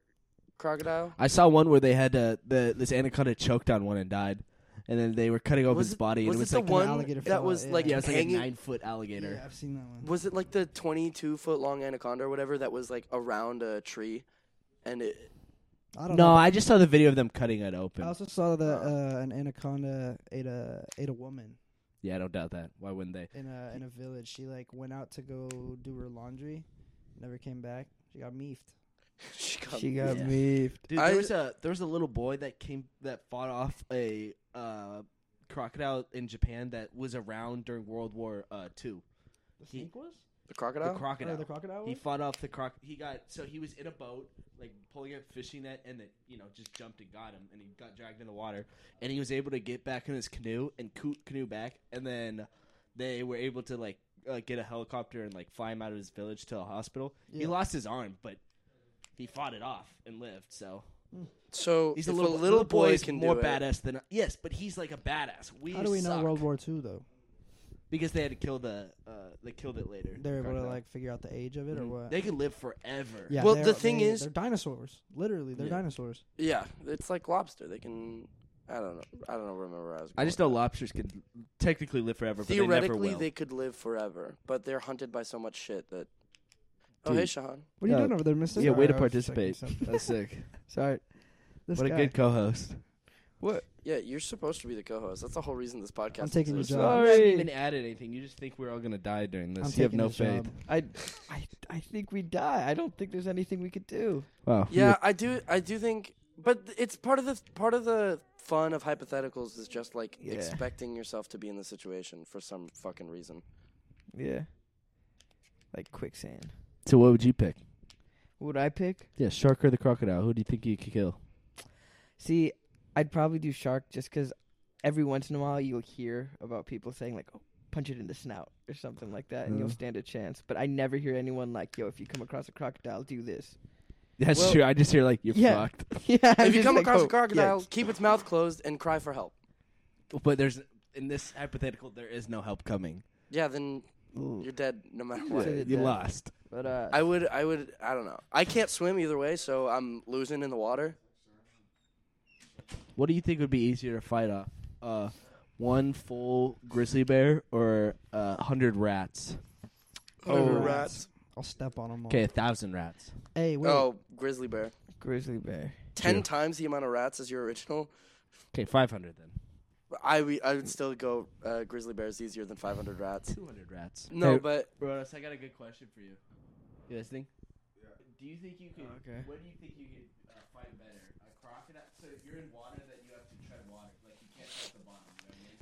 S1: crocodile?
S3: I saw one where they had uh, the this anaconda choked on one and died, and then they were cutting open
S1: Was
S3: its
S1: it-
S3: body.
S1: Was
S3: and it
S1: it
S3: was
S1: the
S3: like
S1: one
S4: alligator
S1: that
S4: fillet,
S1: was like
S4: yeah.
S3: yeah, it was like a
S1: hanging?
S3: nine foot
S4: Yeah,
S3: alligator.
S4: I've seen that one.
S1: Was it like the 22 foot long anaconda or whatever that was like around a tree? And it,
S4: I don't
S3: No,
S4: know.
S3: I just saw the video of them cutting it open.
S4: I also saw that uh, an anaconda ate a ate a woman
S3: yeah, I don't doubt that. Why wouldn't they?
S4: in a in a village. She like went out to go do her laundry, never came back. She got meefed.
S1: she got
S2: She got
S3: Yeah.
S2: meefed.
S3: Dude,
S1: I-
S3: there was a there was a little boy that came that fought off a uh, crocodile in Japan that was around during World War uh, Two.
S4: The
S3: snake
S4: was
S1: the
S3: The
S1: crocodile.
S3: crocodile.
S4: the crocodile.
S3: He
S4: Was?
S3: fought off the croc. He got so he was in a boat, like pulling up fishing net, and then you know just jumped and got him, and he got dragged in the water, and he was able to get back in his canoe and coo- canoe back, and then they were able to like uh, get a helicopter and like fly him out of his village to a hospital. He
S4: Yeah.
S3: lost his arm, but he fought it off and lived. So
S1: so
S3: he's
S1: if
S3: a little,
S1: a little boy
S3: is
S1: can
S3: more
S1: do it,
S3: badass than yes, but he's like a badass. We
S4: How do we
S3: suck.
S4: know World War Two though?
S3: because they had to kill the uh, they killed it later.
S4: They're able to
S3: Crocodile.
S4: like uh, figure out the age of it or
S3: Mhm.
S4: what?
S3: They could live forever.
S4: yeah,
S1: Well,
S4: they're-
S1: the thing
S4: they-
S1: is-
S4: they're dinosaurs. Literally, they're
S3: Yeah.
S4: dinosaurs.
S1: Yeah, it's like lobster. They can. I don't know. I don't know. Remember, where I was.
S3: I
S1: going
S3: just
S1: with
S3: know
S1: that.
S3: lobsters can technically live forever, but they never
S1: Theoretically,
S3: will.
S1: they, could live forever, but they're hunted by so much shit that. Oh hey,
S3: Dude.
S1: Shahan.
S4: What are you
S3: Yeah.
S4: doing over there, Mister?
S3: yeah, way to
S2: Sorry, I was just checking
S3: participate.
S2: something.
S3: That's sick.
S2: Sorry.
S4: This
S3: what
S4: guy.
S3: a good co-host.
S2: What?
S1: Yeah, you're supposed to be the co-host. That's the whole reason this podcast.
S4: I'm taking the
S1: exists.
S4: job.
S3: You haven't
S2: Sorry.
S3: even added anything. You just think we're all gonna die during
S4: I'm
S3: this. you have
S4: taking
S3: no
S4: his job.
S3: faith.
S2: I, I, I think we die. I don't think there's anything we could do.
S3: Wow.
S1: Yeah, I do. I do think, but it's part of the part of the fun of hypotheticals is just like
S2: Yeah.
S1: expecting yourself to be in the situation for some fucking reason.
S2: Yeah. Like quicksand.
S3: So what would you pick?
S2: What would I pick?
S3: Yeah, shark or the crocodile? Who do you think you could kill?
S2: See, I'd probably do shark just 'cause every once in a while you'll hear about people saying like, "Oh, punch it in the snout" or something like that, and you'll
S3: Mm.
S2: stand a chance. But I never hear anyone like, "Yo, if you come across a crocodile, do this."
S3: That's
S1: Well-
S3: true. I just hear like you're
S2: Yeah.
S3: fucked.
S2: yeah. I'm
S1: if you
S2: just
S1: come
S2: like,
S1: across
S2: "Oh,
S1: a crocodile,
S2: yikes."
S1: keep its mouth closed and cry for help.
S3: But there's in this hypothetical, there is no help coming.
S1: Yeah, then
S2: Ooh.
S1: you're dead no matter
S2: Yeah.
S1: what.
S2: Say
S3: you
S2: that.
S3: lost.
S2: But uh,
S1: I would, I would, I don't know. I can't swim either way, so I'm losing in the water.
S3: What do you think would be easier to fight off? Uh, one full grizzly bear or uh, a hundred rats?
S4: Oh, rats. I'll step on them.
S3: Okay, a thousand rats.
S4: Hey, wait.
S1: Oh, grizzly bear.
S2: grizzly bear.
S1: Ten
S3: True.
S1: times the amount of rats as your original.
S3: Okay, five hundred then.
S1: I, re- I would still go uh, grizzly bears easier than 500 rats.
S3: 200 rats.
S1: No, but
S3: Bro, I got a good question for you. You listening? Do you think you could?
S2: okay.
S3: What do you think you could uh, fight better? A crocodile? So if you're in water, that you have to tread water, like you can't touch the bottom.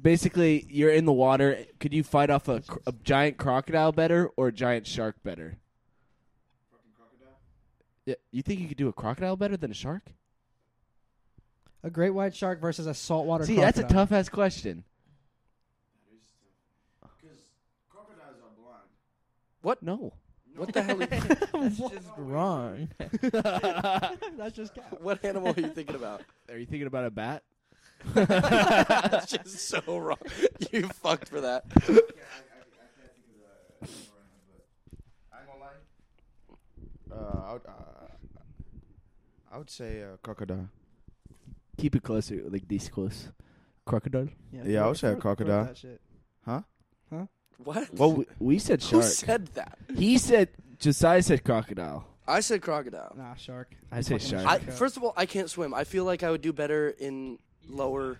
S3: Basically, you're in the water. Could you fight off a, cr- a giant crocodile better or a giant shark better? Fucking crocodile. Yeah, you think you could do a crocodile better than a shark?
S4: A great white shark versus a saltwater
S3: See,
S4: crocodile.
S3: that's a tough ass question.
S1: What?
S5: No.
S1: What the hell? Are you,
S5: That's just wrong.
S4: That's just cow.
S1: what animal are you thinking about?
S3: Are you thinking about a bat?
S7: Uh,
S1: That's just so wrong. You fucked for that.
S7: Uh, I, would, uh, I would say uh, crocodile.
S3: Keep it closer, like this close. Crocodile.
S7: Yeah, I would say a crocodile.
S4: That shit.
S1: What?
S3: Well, we, we said
S1: Who
S3: shark.
S1: said that?
S3: he said Josiah said crocodile.
S1: I said crocodile.
S4: Nah, shark.
S3: I say
S4: Fucking
S3: shark.
S1: I,
S4: Okay.
S1: first of all, I can't swim. I feel like I would do better in lower.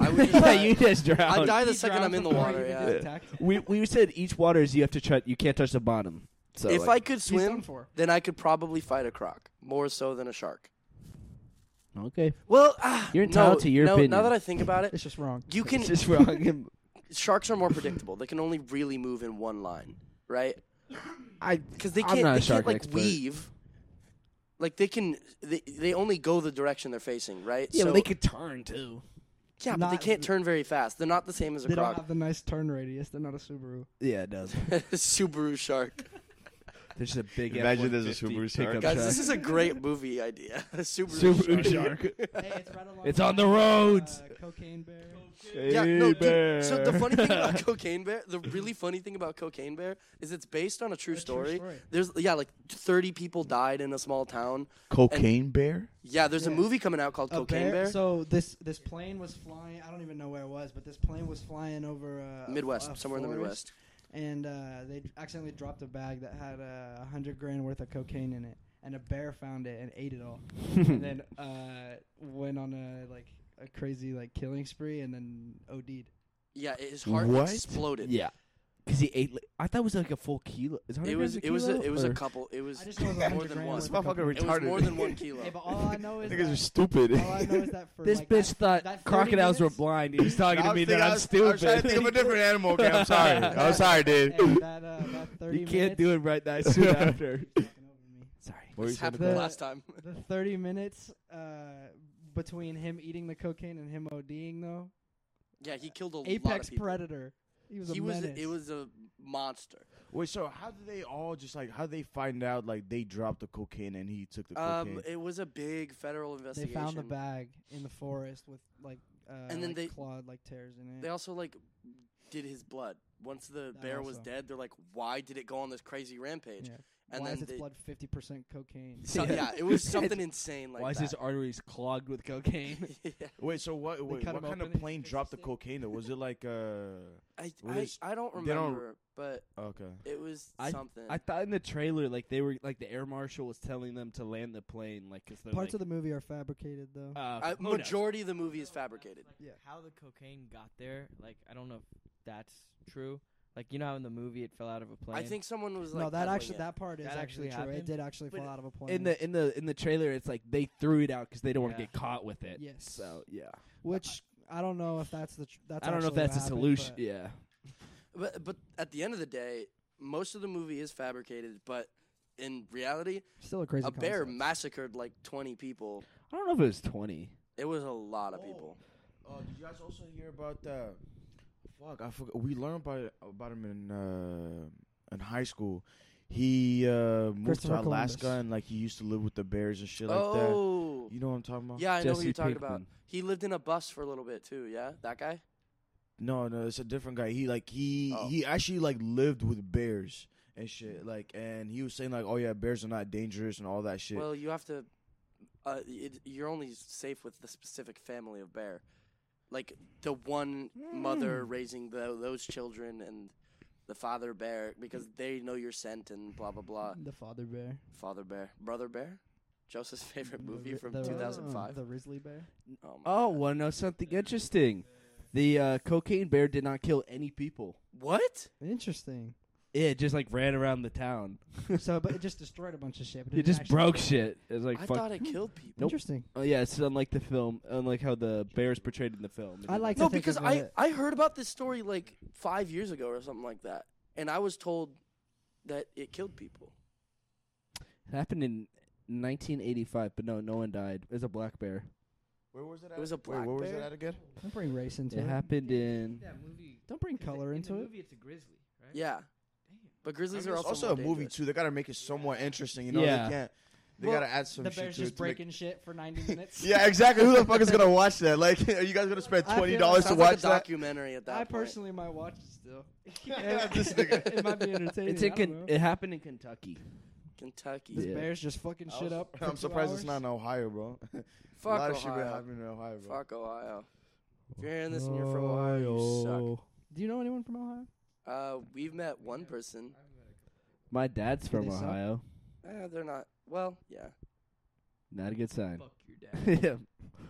S1: I would. Just
S3: yeah,
S1: die.
S3: you just
S1: I
S3: drowned.
S1: die the second I'm in the water. Yeah.
S3: We we said each water is you have to try. You can't touch the bottom. So
S1: If I
S3: like,
S1: could
S4: He's done
S1: swim,
S4: for.
S1: then I could probably fight a croc more so than a shark.
S3: okay,
S1: Well, ah,
S3: You're
S1: no,
S3: entitled to your
S1: no,
S3: opinion.
S1: Now that I think about it,
S4: It's just wrong.
S1: you can.
S3: it's just wrong.
S1: Sharks are more predictable. They can only really move in one line, right?
S3: I
S1: Because they
S3: I'm
S1: can't.
S3: not a
S1: they
S3: shark
S1: can't like
S3: expert.
S1: weave. Like they can, they, they only go the direction they're facing, right?
S3: yeah,
S1: so,
S3: but they could turn too.
S1: yeah, but they
S4: not-
S1: can't turn very fast. They're not the same as a
S4: They don't
S1: croc.
S4: have the nice turn radius. They're not a Subaru.
S3: Yeah, it does.
S1: Subaru shark.
S3: There's just a big.
S7: Imagine
S3: F-150
S7: there's a Subaru shark.
S3: pickup
S1: Guys,
S3: truck.
S1: this is a great movie idea. Subaru,
S3: Subaru
S1: shark.
S3: shark.
S4: hey, it's right along.
S3: It's on the roads.
S4: Uh, cocaine bear.
S1: Yeah, no, dude. So the
S3: Bear.
S1: funny thing about Cocaine Bear, the really funny thing about Cocaine Bear is it's based on a true,
S4: A true
S1: story.
S4: story.
S1: There's yeah, like 30 people died in a small town.
S7: Cocaine bear?
S1: Yeah, there's a
S4: Yeah.
S1: movie coming out called
S4: A
S1: Cocaine
S4: bear.
S1: Bear.
S4: So this this plane was flying. I don't even know where it was, but this plane was flying over uh, a
S1: Midwest,
S4: a
S1: somewhere in the
S4: forest,
S1: Midwest.
S4: And uh, they accidentally dropped a bag that had uh, a hundred grand worth of cocaine in it, and a bear found it and ate it all,
S3: Hmm.
S4: and then uh, went on a like a crazy like killing spree, and then OD'd.
S1: Yeah, it- his heart
S7: What?
S1: exploded.
S3: Yeah, because he ate. Like, I thought it was like a full kilo. Is
S1: It was it was a, it was a
S3: or-
S1: couple. It was
S4: I just know it was
S1: more
S4: 100
S1: than
S4: grand
S1: one.
S4: worth of
S1: It
S4: cocaine.
S1: was more than one kilo.
S4: Hey, but all I know is
S7: Niggas are
S4: that,
S7: stupid.
S4: all I know is that for
S3: This
S4: like,
S3: bitch thought
S4: that 40
S3: crocodiles
S4: minutes-
S3: were blind. He was talking to me that I'm
S7: I was trying to think of a
S3: stupid.
S7: different animal. Okay, I'm sorry. I'm sorry, dude.
S4: and that, uh, that 30
S3: You can't
S4: minutes,
S3: do it right now. Soon after.
S4: fucking over me.
S3: Sorry.
S7: What were you
S1: This
S7: saying?
S1: happened
S4: about-
S1: last time.
S4: The 30 minutes uh, between him eating the cocaine and him ODing, though.
S1: Yeah, he killed a lot of
S4: Apex
S1: people.
S4: predator. He was a
S1: He was
S4: menace.
S1: it was a monster.
S7: Wait, so how did they all just like how did they find out like they dropped the cocaine and he took the cocaine?
S1: Um, it was a big federal
S4: they
S1: investigation.
S4: found the bag in the forest with like uh,
S1: then
S4: like
S1: they-
S4: clawed like tears in it.
S1: They also like did his blood. Once the
S4: That
S1: bear was
S4: also.
S1: dead, they're like, "Why did it go on this crazy rampage?"
S4: Yeah.
S1: And
S4: Why
S1: then
S4: is its
S1: they-
S4: blood 50% cocaine?
S1: So, yeah. it was something insane like
S3: Why is
S1: that.
S3: his arteries clogged with cocaine?
S1: yeah.
S7: wait, so what wait,
S4: cut
S7: what
S4: him
S7: kind of
S4: open.
S7: plane dropped the cocaine though? Was it like uh
S1: I,
S7: What
S1: I,
S7: is-
S1: I don't
S7: they don't-
S1: remember, but
S7: okay.
S1: it was something.
S3: I thought in the trailer, like they were, like the air marshal was telling them to land the plane, like because
S4: Parts of the movie are fabricated, though.
S3: uh,
S1: I-
S3: who knows?
S1: majority of the movie is fabricated.
S4: Yeah.
S5: How the cocaine got there? Like I don't know if that's true. Like you know how in the movie it fell out of a plane.
S1: I think someone was like,
S4: no, that
S1: peddling
S4: actually
S1: it.
S4: that part is
S5: That actually
S4: actually, true. It
S5: happened?
S4: did actually
S3: But
S4: fall out of a plane.
S3: in the in the in the trailer, it's like they threw it out because they don't want to
S5: Yeah.
S3: get caught with it.
S4: Yes.
S3: So yeah,
S4: which I don't know if that's the tr- that's
S3: I don't know if
S4: actually
S3: that's
S4: what
S3: a
S4: happened,
S3: solution.
S4: but-
S3: Yeah.
S1: But but at the end of the day, most of the movie is fabricated. But in reality,
S4: Still a crazy
S1: a bear
S4: concept.
S1: massacred like twenty people.
S3: I don't know if it was twenty.
S1: It was a lot of people.
S7: Oh, did you guys also hear about the? Fuck, I forgot. We learned about about him in uh, in high school. He uh, moved to
S4: Christopher
S7: Alaska
S4: Columbus.
S7: and like he used to live with the bears and shit like
S1: oh,
S7: that. You know what I'm talking about?
S1: yeah, I know
S3: Jesse
S1: who you're talking about.
S3: Pinkman.
S1: He lived in a bus for a little bit too. Yeah, that guy.
S7: No, no, it's a different guy. He like he
S1: Oh.
S7: he actually like lived with bears and shit. Like, and he was saying like, oh yeah, bears are not dangerous and all that shit.
S1: Well, you have to. Uh, it, you're only safe with the specific family of bear, like the one mother raising tho- those children and the father bear because they know your scent and blah blah blah.
S4: the father bear.
S1: Father bear, brother bear. Joseph's favorite
S4: The
S1: movie
S4: ri-
S1: from
S4: the-
S1: 2005.
S4: The Risley Bear.
S1: Oh, my
S3: Oh,
S1: God.
S3: want to know something interesting? The uh, cocaine bear did not kill any people.
S1: what?
S4: Interesting.
S3: It just like ran around the town.
S4: so, but it just destroyed a bunch of shit. but
S3: It
S4: didn't
S3: just
S4: actually-
S3: broke shit. It was like
S1: I
S3: fuck.
S1: thought it killed people.
S4: Interesting.
S3: oh yeah, it's unlike the film, unlike how the bears portrayed in the film. It
S4: I
S3: did
S4: like
S1: No,
S4: to think
S1: because
S4: of
S1: I,
S4: it-
S1: I heard about this story like five years ago or something like that, and I was told that it killed people.
S3: It happened in 1985, but no, no one died. It was a black bear.
S7: where was it? At?
S1: It was a
S7: Wait,
S1: black
S7: where was
S1: bear?
S7: it at again?
S4: Don't bring race into
S3: It
S4: it.
S3: happened in.
S5: that movie.
S4: Don't bring color
S5: in
S4: into
S5: the
S4: it.
S5: movie, it's a grizzly, right?
S1: Yeah.
S5: Damn.
S1: But Grizzlies
S7: I mean,
S1: are
S7: it's
S1: also,
S7: also
S1: more
S7: a movie
S1: dangerous.
S7: too. They gotta make it somewhat interesting. You know,
S3: Yeah.
S7: they can't. They
S4: Well,
S7: gotta add some
S4: the
S7: shit
S4: Bears
S7: to
S4: just
S7: it to make-
S4: breaking shit for 90 minutes.
S7: yeah, exactly. Who the fuck is gonna watch that? Like, are you guys gonna spend
S4: I feel
S7: twenty dollars
S4: it
S7: to
S1: Sounds
S7: watch
S1: like a documentary at that
S4: I
S1: point.
S4: personally might watch it still.
S7: This nigga.
S4: it might be entertaining.
S3: It's
S4: I
S3: in
S4: don't
S3: Ken-
S4: know.
S3: it happened in Kentucky.
S1: Kentucky.
S4: This
S3: Yeah.
S4: Bears just fucking
S7: that?
S4: shit up. for
S7: I'm
S4: two
S7: surprised
S4: hours.
S7: it's not in Ohio, bro. a
S1: Fuck
S7: lot of shit been
S1: Ohio.
S7: happening in Ohio, bro.
S1: Fuck Ohio. If you're hearing this and you're from Ohio, you
S4: Do you know anyone from Ohio?
S1: suck. Uh, we've met one person.
S3: My dad's from
S4: they suck?
S3: Ohio.
S1: Eh, they're not. Well, yeah.
S3: Not a good sign.
S5: Fuck your dad.
S3: yeah,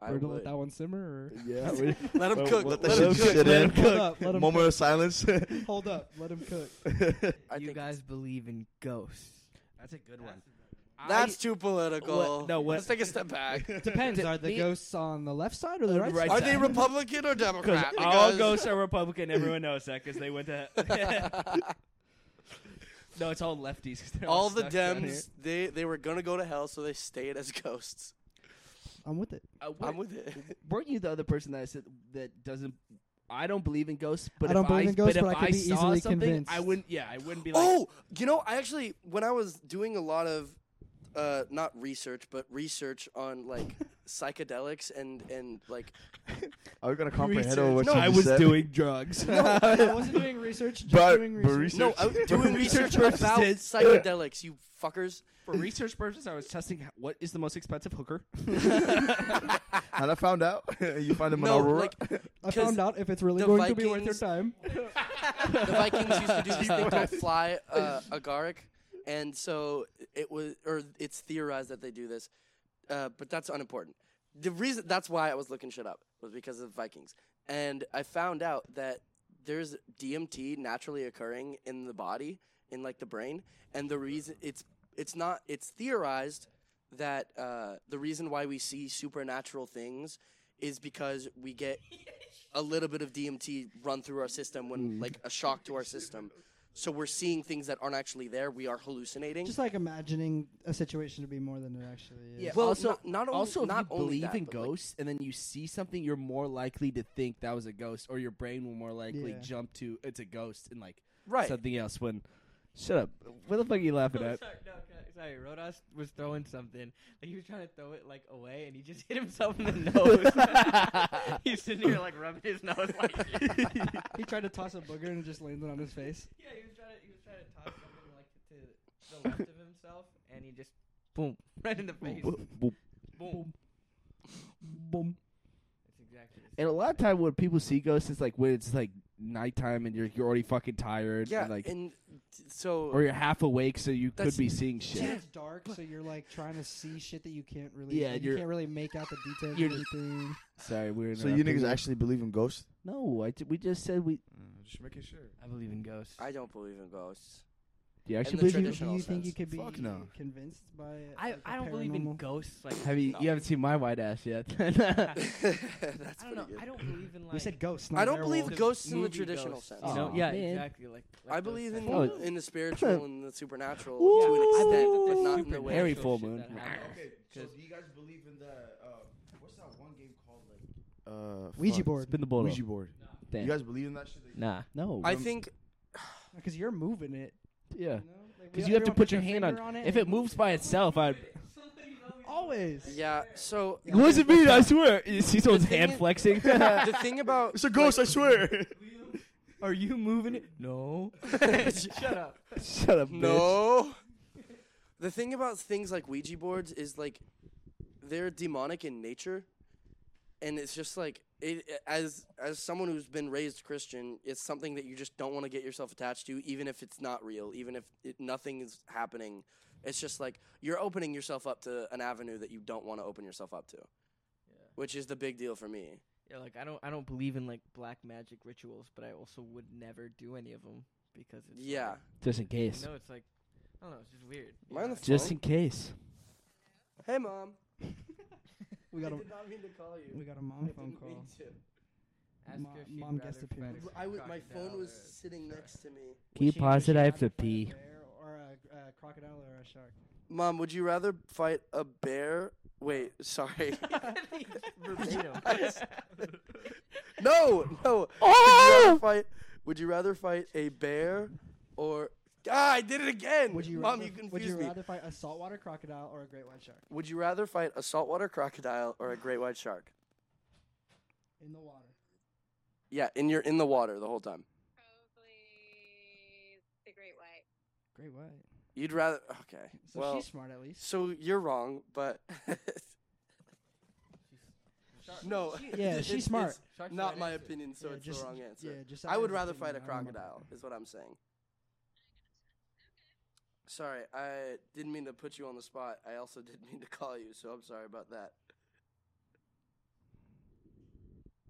S1: I
S4: Or to
S1: would.
S4: let that one simmer? Or
S3: we-
S1: Let him
S7: Well,
S1: cook. Let,
S7: let that
S1: him
S7: shit
S1: cook.
S7: sit
S4: let him
S7: in.
S4: cook up. Let him
S7: Moment of silence.
S4: cook. Hold up. Let him cook.
S1: I
S5: you
S1: think
S5: guys believe in ghosts.
S3: that's a good one.
S1: that's too political.
S3: What- no, what-
S1: Let's take a step back.
S4: Depends. Are the
S3: me-
S4: ghosts on the left side or the Uh, right,
S3: right
S4: side?
S1: Are they Republican or
S5: Because
S1: Democrat?
S5: all ghosts are Republican. Everyone knows that because they went to.
S1: Because
S5: no, it's all lefties. 'cause they're
S1: all the
S5: stuck down here.
S1: Dems, they they were gonna go to hell, so they stayed as ghosts.
S4: I'm with it.
S3: Uh,
S1: I'm
S3: weren't-
S1: with it.
S3: weren't you the other person that I said that doesn't? I don't believe in ghosts, but
S4: I don't
S3: if
S4: believe
S3: I,
S4: in ghosts,
S3: but,
S4: but
S3: if
S4: I could be
S3: saw
S4: easily
S3: something,
S4: convinced.
S3: I wouldn't. Yeah, I wouldn't be like.
S1: Oh, you know, I actually when I was doing a lot of uh not research, but research on like psychedelics and and like
S7: Are we gonna comprehend over what
S1: No,
S7: you
S3: I
S7: just
S3: was
S7: said?
S3: doing drugs.
S4: I wasn't doing research. Just
S7: But-
S4: doing
S7: but
S4: research.
S7: research-
S1: no, I was doing research about
S3: purposes.
S1: psychedelics, you fuckers.
S3: For research purposes, I was testing h- what is the most expensive hooker.
S7: and I found out. you find him
S1: No,
S7: in Aurora.
S1: like
S4: I
S1: 'Cause
S4: found out if it's really
S1: the
S4: going to be worth your
S1: Vikings-
S4: time.
S1: the Vikings used to do this thing called fly uh, agaric, and so it was, or it's theorized that they do this, uh, but that's unimportant. The reason that's why I was looking shit up was because of Vikings, and I found out that there's DMT naturally occurring in the body, in like the brain, and the reason it's it's not it's theorized that uh, the reason why we see supernatural things is because we get a little bit of DMT run through our system when like a shock to our system. So we're seeing things that aren't actually there. We are hallucinating.
S4: Just like imagining a situation to be more than it actually is.
S3: Yeah.
S1: well,
S3: Also-
S1: not, not only
S3: also, if
S1: not
S3: you
S1: only
S3: believe
S1: that,
S3: in
S1: but, like,
S3: ghosts and then you see something, you're more likely to think that was a ghost, or your brain will more likely
S4: Yeah.
S3: jump to it's a ghost and like
S1: right.
S3: something else. When shut up, what the fuck are you laughing
S5: Oh,
S3: at?
S5: sorry, no, okay, sorry. Rodas was throwing something. Like, he was trying to throw it like away, and he just hit himself in the nose. He's sitting here like rubbing his nose. Like, yeah, he was trying to.
S4: He tried to toss a booger and it just landed on his face.
S5: He was trying to toss something like to the left of himself, and he just boom right in the face. boom.
S4: Boom.
S5: That's exactly. the
S3: And a
S5: same.
S3: lot of time when people see ghosts, it's like when it's like nighttime and you're you're already fucking tired.
S1: yeah,
S3: and like
S1: and t- so
S3: or you're half awake, so you could
S1: That's-
S3: be seeing
S4: Yeah,
S3: shit.
S4: it's dark, so you're like trying to see shit that you can't really.
S3: Yeah,
S4: like,
S3: you're-
S4: you can't really make out the details.
S3: you're
S4: of
S3: just-
S4: anything.
S3: Sorry, we're
S7: so you
S3: interrupting
S7: niggas actually believe in ghosts?
S3: No, I t- we just said we.
S7: Just making sure.
S5: I believe in ghosts.
S1: I don't believe in ghosts.
S3: Do you
S1: And
S3: actually
S1: the
S3: believe
S4: Do you,
S1: traditional
S4: think you
S1: sense.
S4: could be
S7: Fuck no.
S4: convinced by?
S5: I,
S4: like, a
S5: I don't believe in
S4: paranormal-
S5: ghosts. Like,
S3: you? Have you?
S1: No.
S3: You haven't seen my white ass yet.
S1: That's
S5: I don't
S1: pretty
S5: know.
S1: good.
S5: I don't believe in like.
S4: We said ghosts. Not
S1: I don't believe
S4: werewolves.
S1: ghosts in the
S5: movie
S1: traditional
S5: ghosts, Oh.
S1: sense.
S5: You know?
S3: Aw,
S5: yeah,
S3: man.
S5: exactly. Like, like
S1: I
S5: those
S1: believe in
S5: types
S3: Oh,
S5: of-
S1: in the spiritual and the supernatural to an
S3: Ooh.
S1: extent, but
S3: Ooh.
S1: not in the way.
S3: Harry
S5: supernatural
S3: full
S5: shit
S3: moon.
S5: that happens. Cause-
S7: you guys believe in the uh, what's that one game called? Like uh,
S4: Ouija
S7: fuck.
S4: board.
S3: Spin the ball.
S7: Ouija board.
S3: Damn.
S7: You guys believe in that shit? that you-
S5: Nah.
S3: no.
S1: I
S3: um,
S1: think
S4: Because you're moving it.
S3: Yeah.
S4: Because you, know? Like,
S3: Because
S4: we-
S3: you have to
S4: everyone
S3: put
S4: puts
S3: your hand on.
S4: finger
S3: If
S4: and-
S3: it moves by itself, I'd.
S4: always.
S1: yeah. So
S3: What does it mean? I swear. You see someone's
S1: thing
S3: hand
S1: is-
S3: flexing.
S1: the thing about
S7: It's a ghost, I swear.
S5: Are you moving it? No.
S1: shut up.
S3: Shut up, bitch.
S1: No. The thing about things like Ouija boards is like they're demonic in nature, and it's just like it, as as someone who's been raised Christian, it's something that you just don't want to get yourself attached to, even if it's not real, even if it, nothing is happening. It's just like you're opening yourself up to an avenue that you don't want to open yourself up to, which is the big deal for me.
S5: Yeah, like I don't, I don't believe in like black magic rituals, but I also would never do any of them because it's
S1: Yeah.
S5: Like,
S3: Just in
S5: you
S3: case.
S5: know, it's like I don't know, it's just weird.
S1: Am I on
S5: Yeah.
S1: the
S3: Just
S1: phone?
S3: in case.
S1: Hey, mom.
S4: We got a
S1: not mean to call
S4: we
S1: you.
S4: got a mom phone call.
S5: Ask
S4: Mo-
S5: her if she'd
S4: mom
S5: rather
S4: guessed
S5: fight
S4: appearance.
S5: with
S1: I w- my
S5: crocodile
S1: phone was
S5: or-
S1: sitting next to me.
S3: Can you
S4: Would she-
S3: pause
S4: would
S3: it?
S4: she
S3: I have
S4: rather
S3: to
S4: fight a
S3: pee.
S4: bear Or a, a crocodile or a shark.
S1: Mom, would you rather fight a bear? Wait, sorry.
S5: Verbatim.
S4: Oh!
S1: no, no. Would you rather fight? Would you rather fight a bear or Ah, I did it again.
S4: Would you
S1: Mom,
S4: rather,
S1: you
S4: would
S1: confused
S4: you
S1: me.
S4: rather fight a saltwater crocodile or a great white shark
S1: Would you rather fight a saltwater crocodile or a great white shark?
S4: in the water?
S1: Yeah, and you're in the water the whole time.
S6: Probably the Great White.
S4: Great white.
S1: You'd rather okay.
S4: So
S1: well,
S4: she's smart at least.
S1: so you're wrong, but no.
S4: Yeah, she's
S1: it's-
S4: smart.
S1: it's not my opinion, so
S4: Yeah,
S1: it's
S4: just-
S1: the wrong answer.
S4: yeah, just
S1: I would
S4: Adam's
S1: rather
S4: opinion.
S1: fight a
S4: I don't know.
S1: crocodile, is what I'm saying. Sorry, I didn't mean to put you on the spot. I also didn't mean to call you, so I'm sorry about that.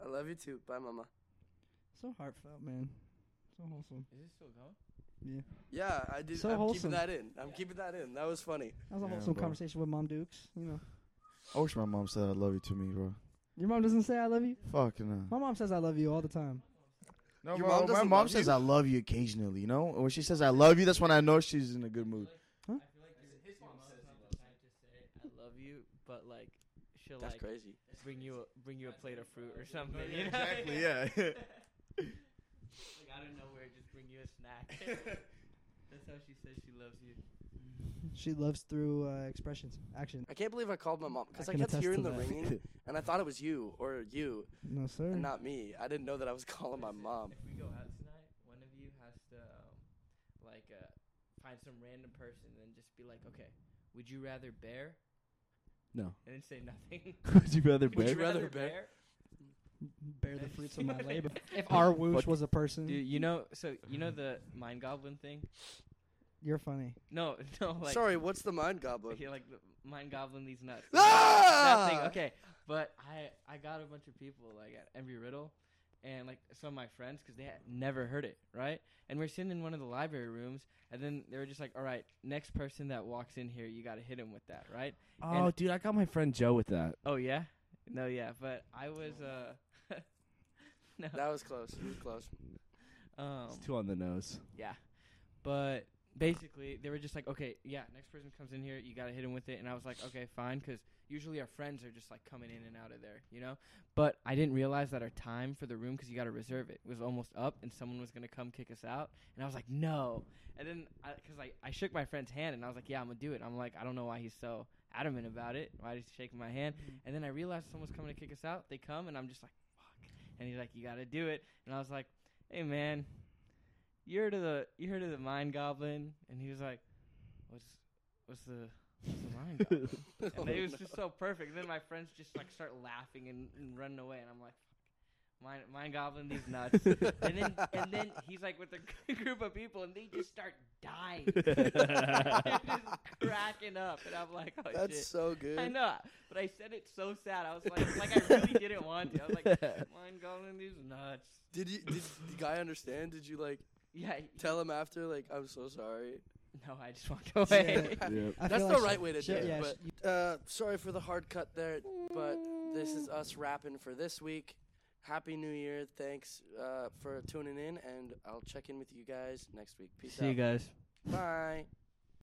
S1: I love you too. Bye, mama.
S4: So heartfelt, man. So wholesome.
S5: Is it still going?
S4: Yeah,
S1: Yeah, I did.
S4: So
S1: I'm
S4: wholesome.
S1: keeping that in. I'm keeping that in. That was funny.
S4: that was a
S7: Yeah,
S4: wholesome
S7: bro.
S4: conversation with Mom Dukes. You know,
S7: I wish my mom said I love you to me, bro.
S4: your mom doesn't say I love you.
S7: Fucking. Uh,
S4: My mom says I love you all the time.
S7: no,
S1: Your
S7: my-
S1: mom
S7: my
S1: doesn't
S7: mom
S1: love
S7: says
S1: you?
S7: I love you occasionally. You know, And when she says I love you, that's when I know she's in a good mood.
S5: I love you, but like she'll
S1: That's
S5: like
S1: crazy.
S5: bring you a, bring you a plate of fruit or something. you know?
S7: Exactly. Yeah.
S5: Like out of nowhere, just bring you a snack. That's how she says she loves you.
S4: She loves through uh, expressions, action.
S1: I can't believe I called my mom because
S4: I
S1: I,
S4: can
S1: kept
S4: attest
S1: hearing
S4: to
S1: the
S4: that.
S1: ringing, and I thought it was you or you,
S4: No sir.
S1: and not me. I didn't know that I was calling my
S5: Listen,
S1: mom.
S5: If we go out tonight, one of you has to um, like uh, find some random person and just be like, okay, would you rather bear?
S3: No.
S5: And then say nothing.
S3: Would you rather
S1: Would
S3: bear?
S1: you rather bear?
S4: Bear the fruits of my labor.
S5: If
S4: Our
S5: our
S4: whoosh was a person.
S5: dude, you know, so you know the mind goblin thing?
S4: You're funny.
S5: No, no, like
S1: Sorry, what's the mind goblin?
S5: Yeah, like the mind goblin these nuts.
S1: Ah!
S5: That thing, Okay, but I I got a bunch of people like at every riddle, and like some of my friends because they had never heard it right, and we're sitting in one of the library rooms, and then they were just like, all right, next person that walks in here, you got to hit him with that, right?
S3: Oh,
S5: And-
S3: dude, I got my friend Joe with that.
S5: Oh yeah, no yeah, but I was uh no
S1: That was close. It was close.
S5: um
S3: It's two on the nose.
S5: Yeah. But basically, they were just like, okay, yeah, next person comes in here, you got to hit him with it. And I was like, okay, fine, because usually our friends are just like coming in and out of there, you know? But I didn't realize that our time for the room, because you got to reserve it, was almost up and someone was going to come kick us out. And I was like, no. And then, because I, I shook my friend's hand and I was like, yeah, I'm going to do it. And I'm like, I don't know why he's so adamant about it. Why he's shaking my hand? And then I realized someone's coming to kick us out. They come, and I'm just like, fuck. And he's like, you got to do it. And I was like, hey, man, you heard of the you heard of the mind goblin and he was like what's what's the what's the mind goblin
S1: Oh,
S5: and it was just so perfect then my friends just like start laughing and, and running away and i'm like fuck, mind mind goblin these nuts and then and then he's like with a group of people and they just start dying They're just cracking up and i'm like oh
S1: That's
S5: shit
S1: so good.
S5: I know, but I said it so sad. I was like, like I really didn't want to. I was like, mind goblin these nuts.
S1: Did you? Did the guy understand? Did you like
S5: Yeah, he-
S1: tell him after? Like, I'm so sorry.
S5: no, I just walked away.
S4: I
S1: That's
S4: feel
S1: the
S4: like
S1: right
S4: she-
S1: way to
S4: she-
S1: do it.
S4: yeah,
S1: but uh, sorry for the hard cut there. But this is us wrapping for this week. Happy New Year! Thanks uh, for tuning in, and I'll check in with you guys next week. Peace out.
S5: guys.
S1: Bye.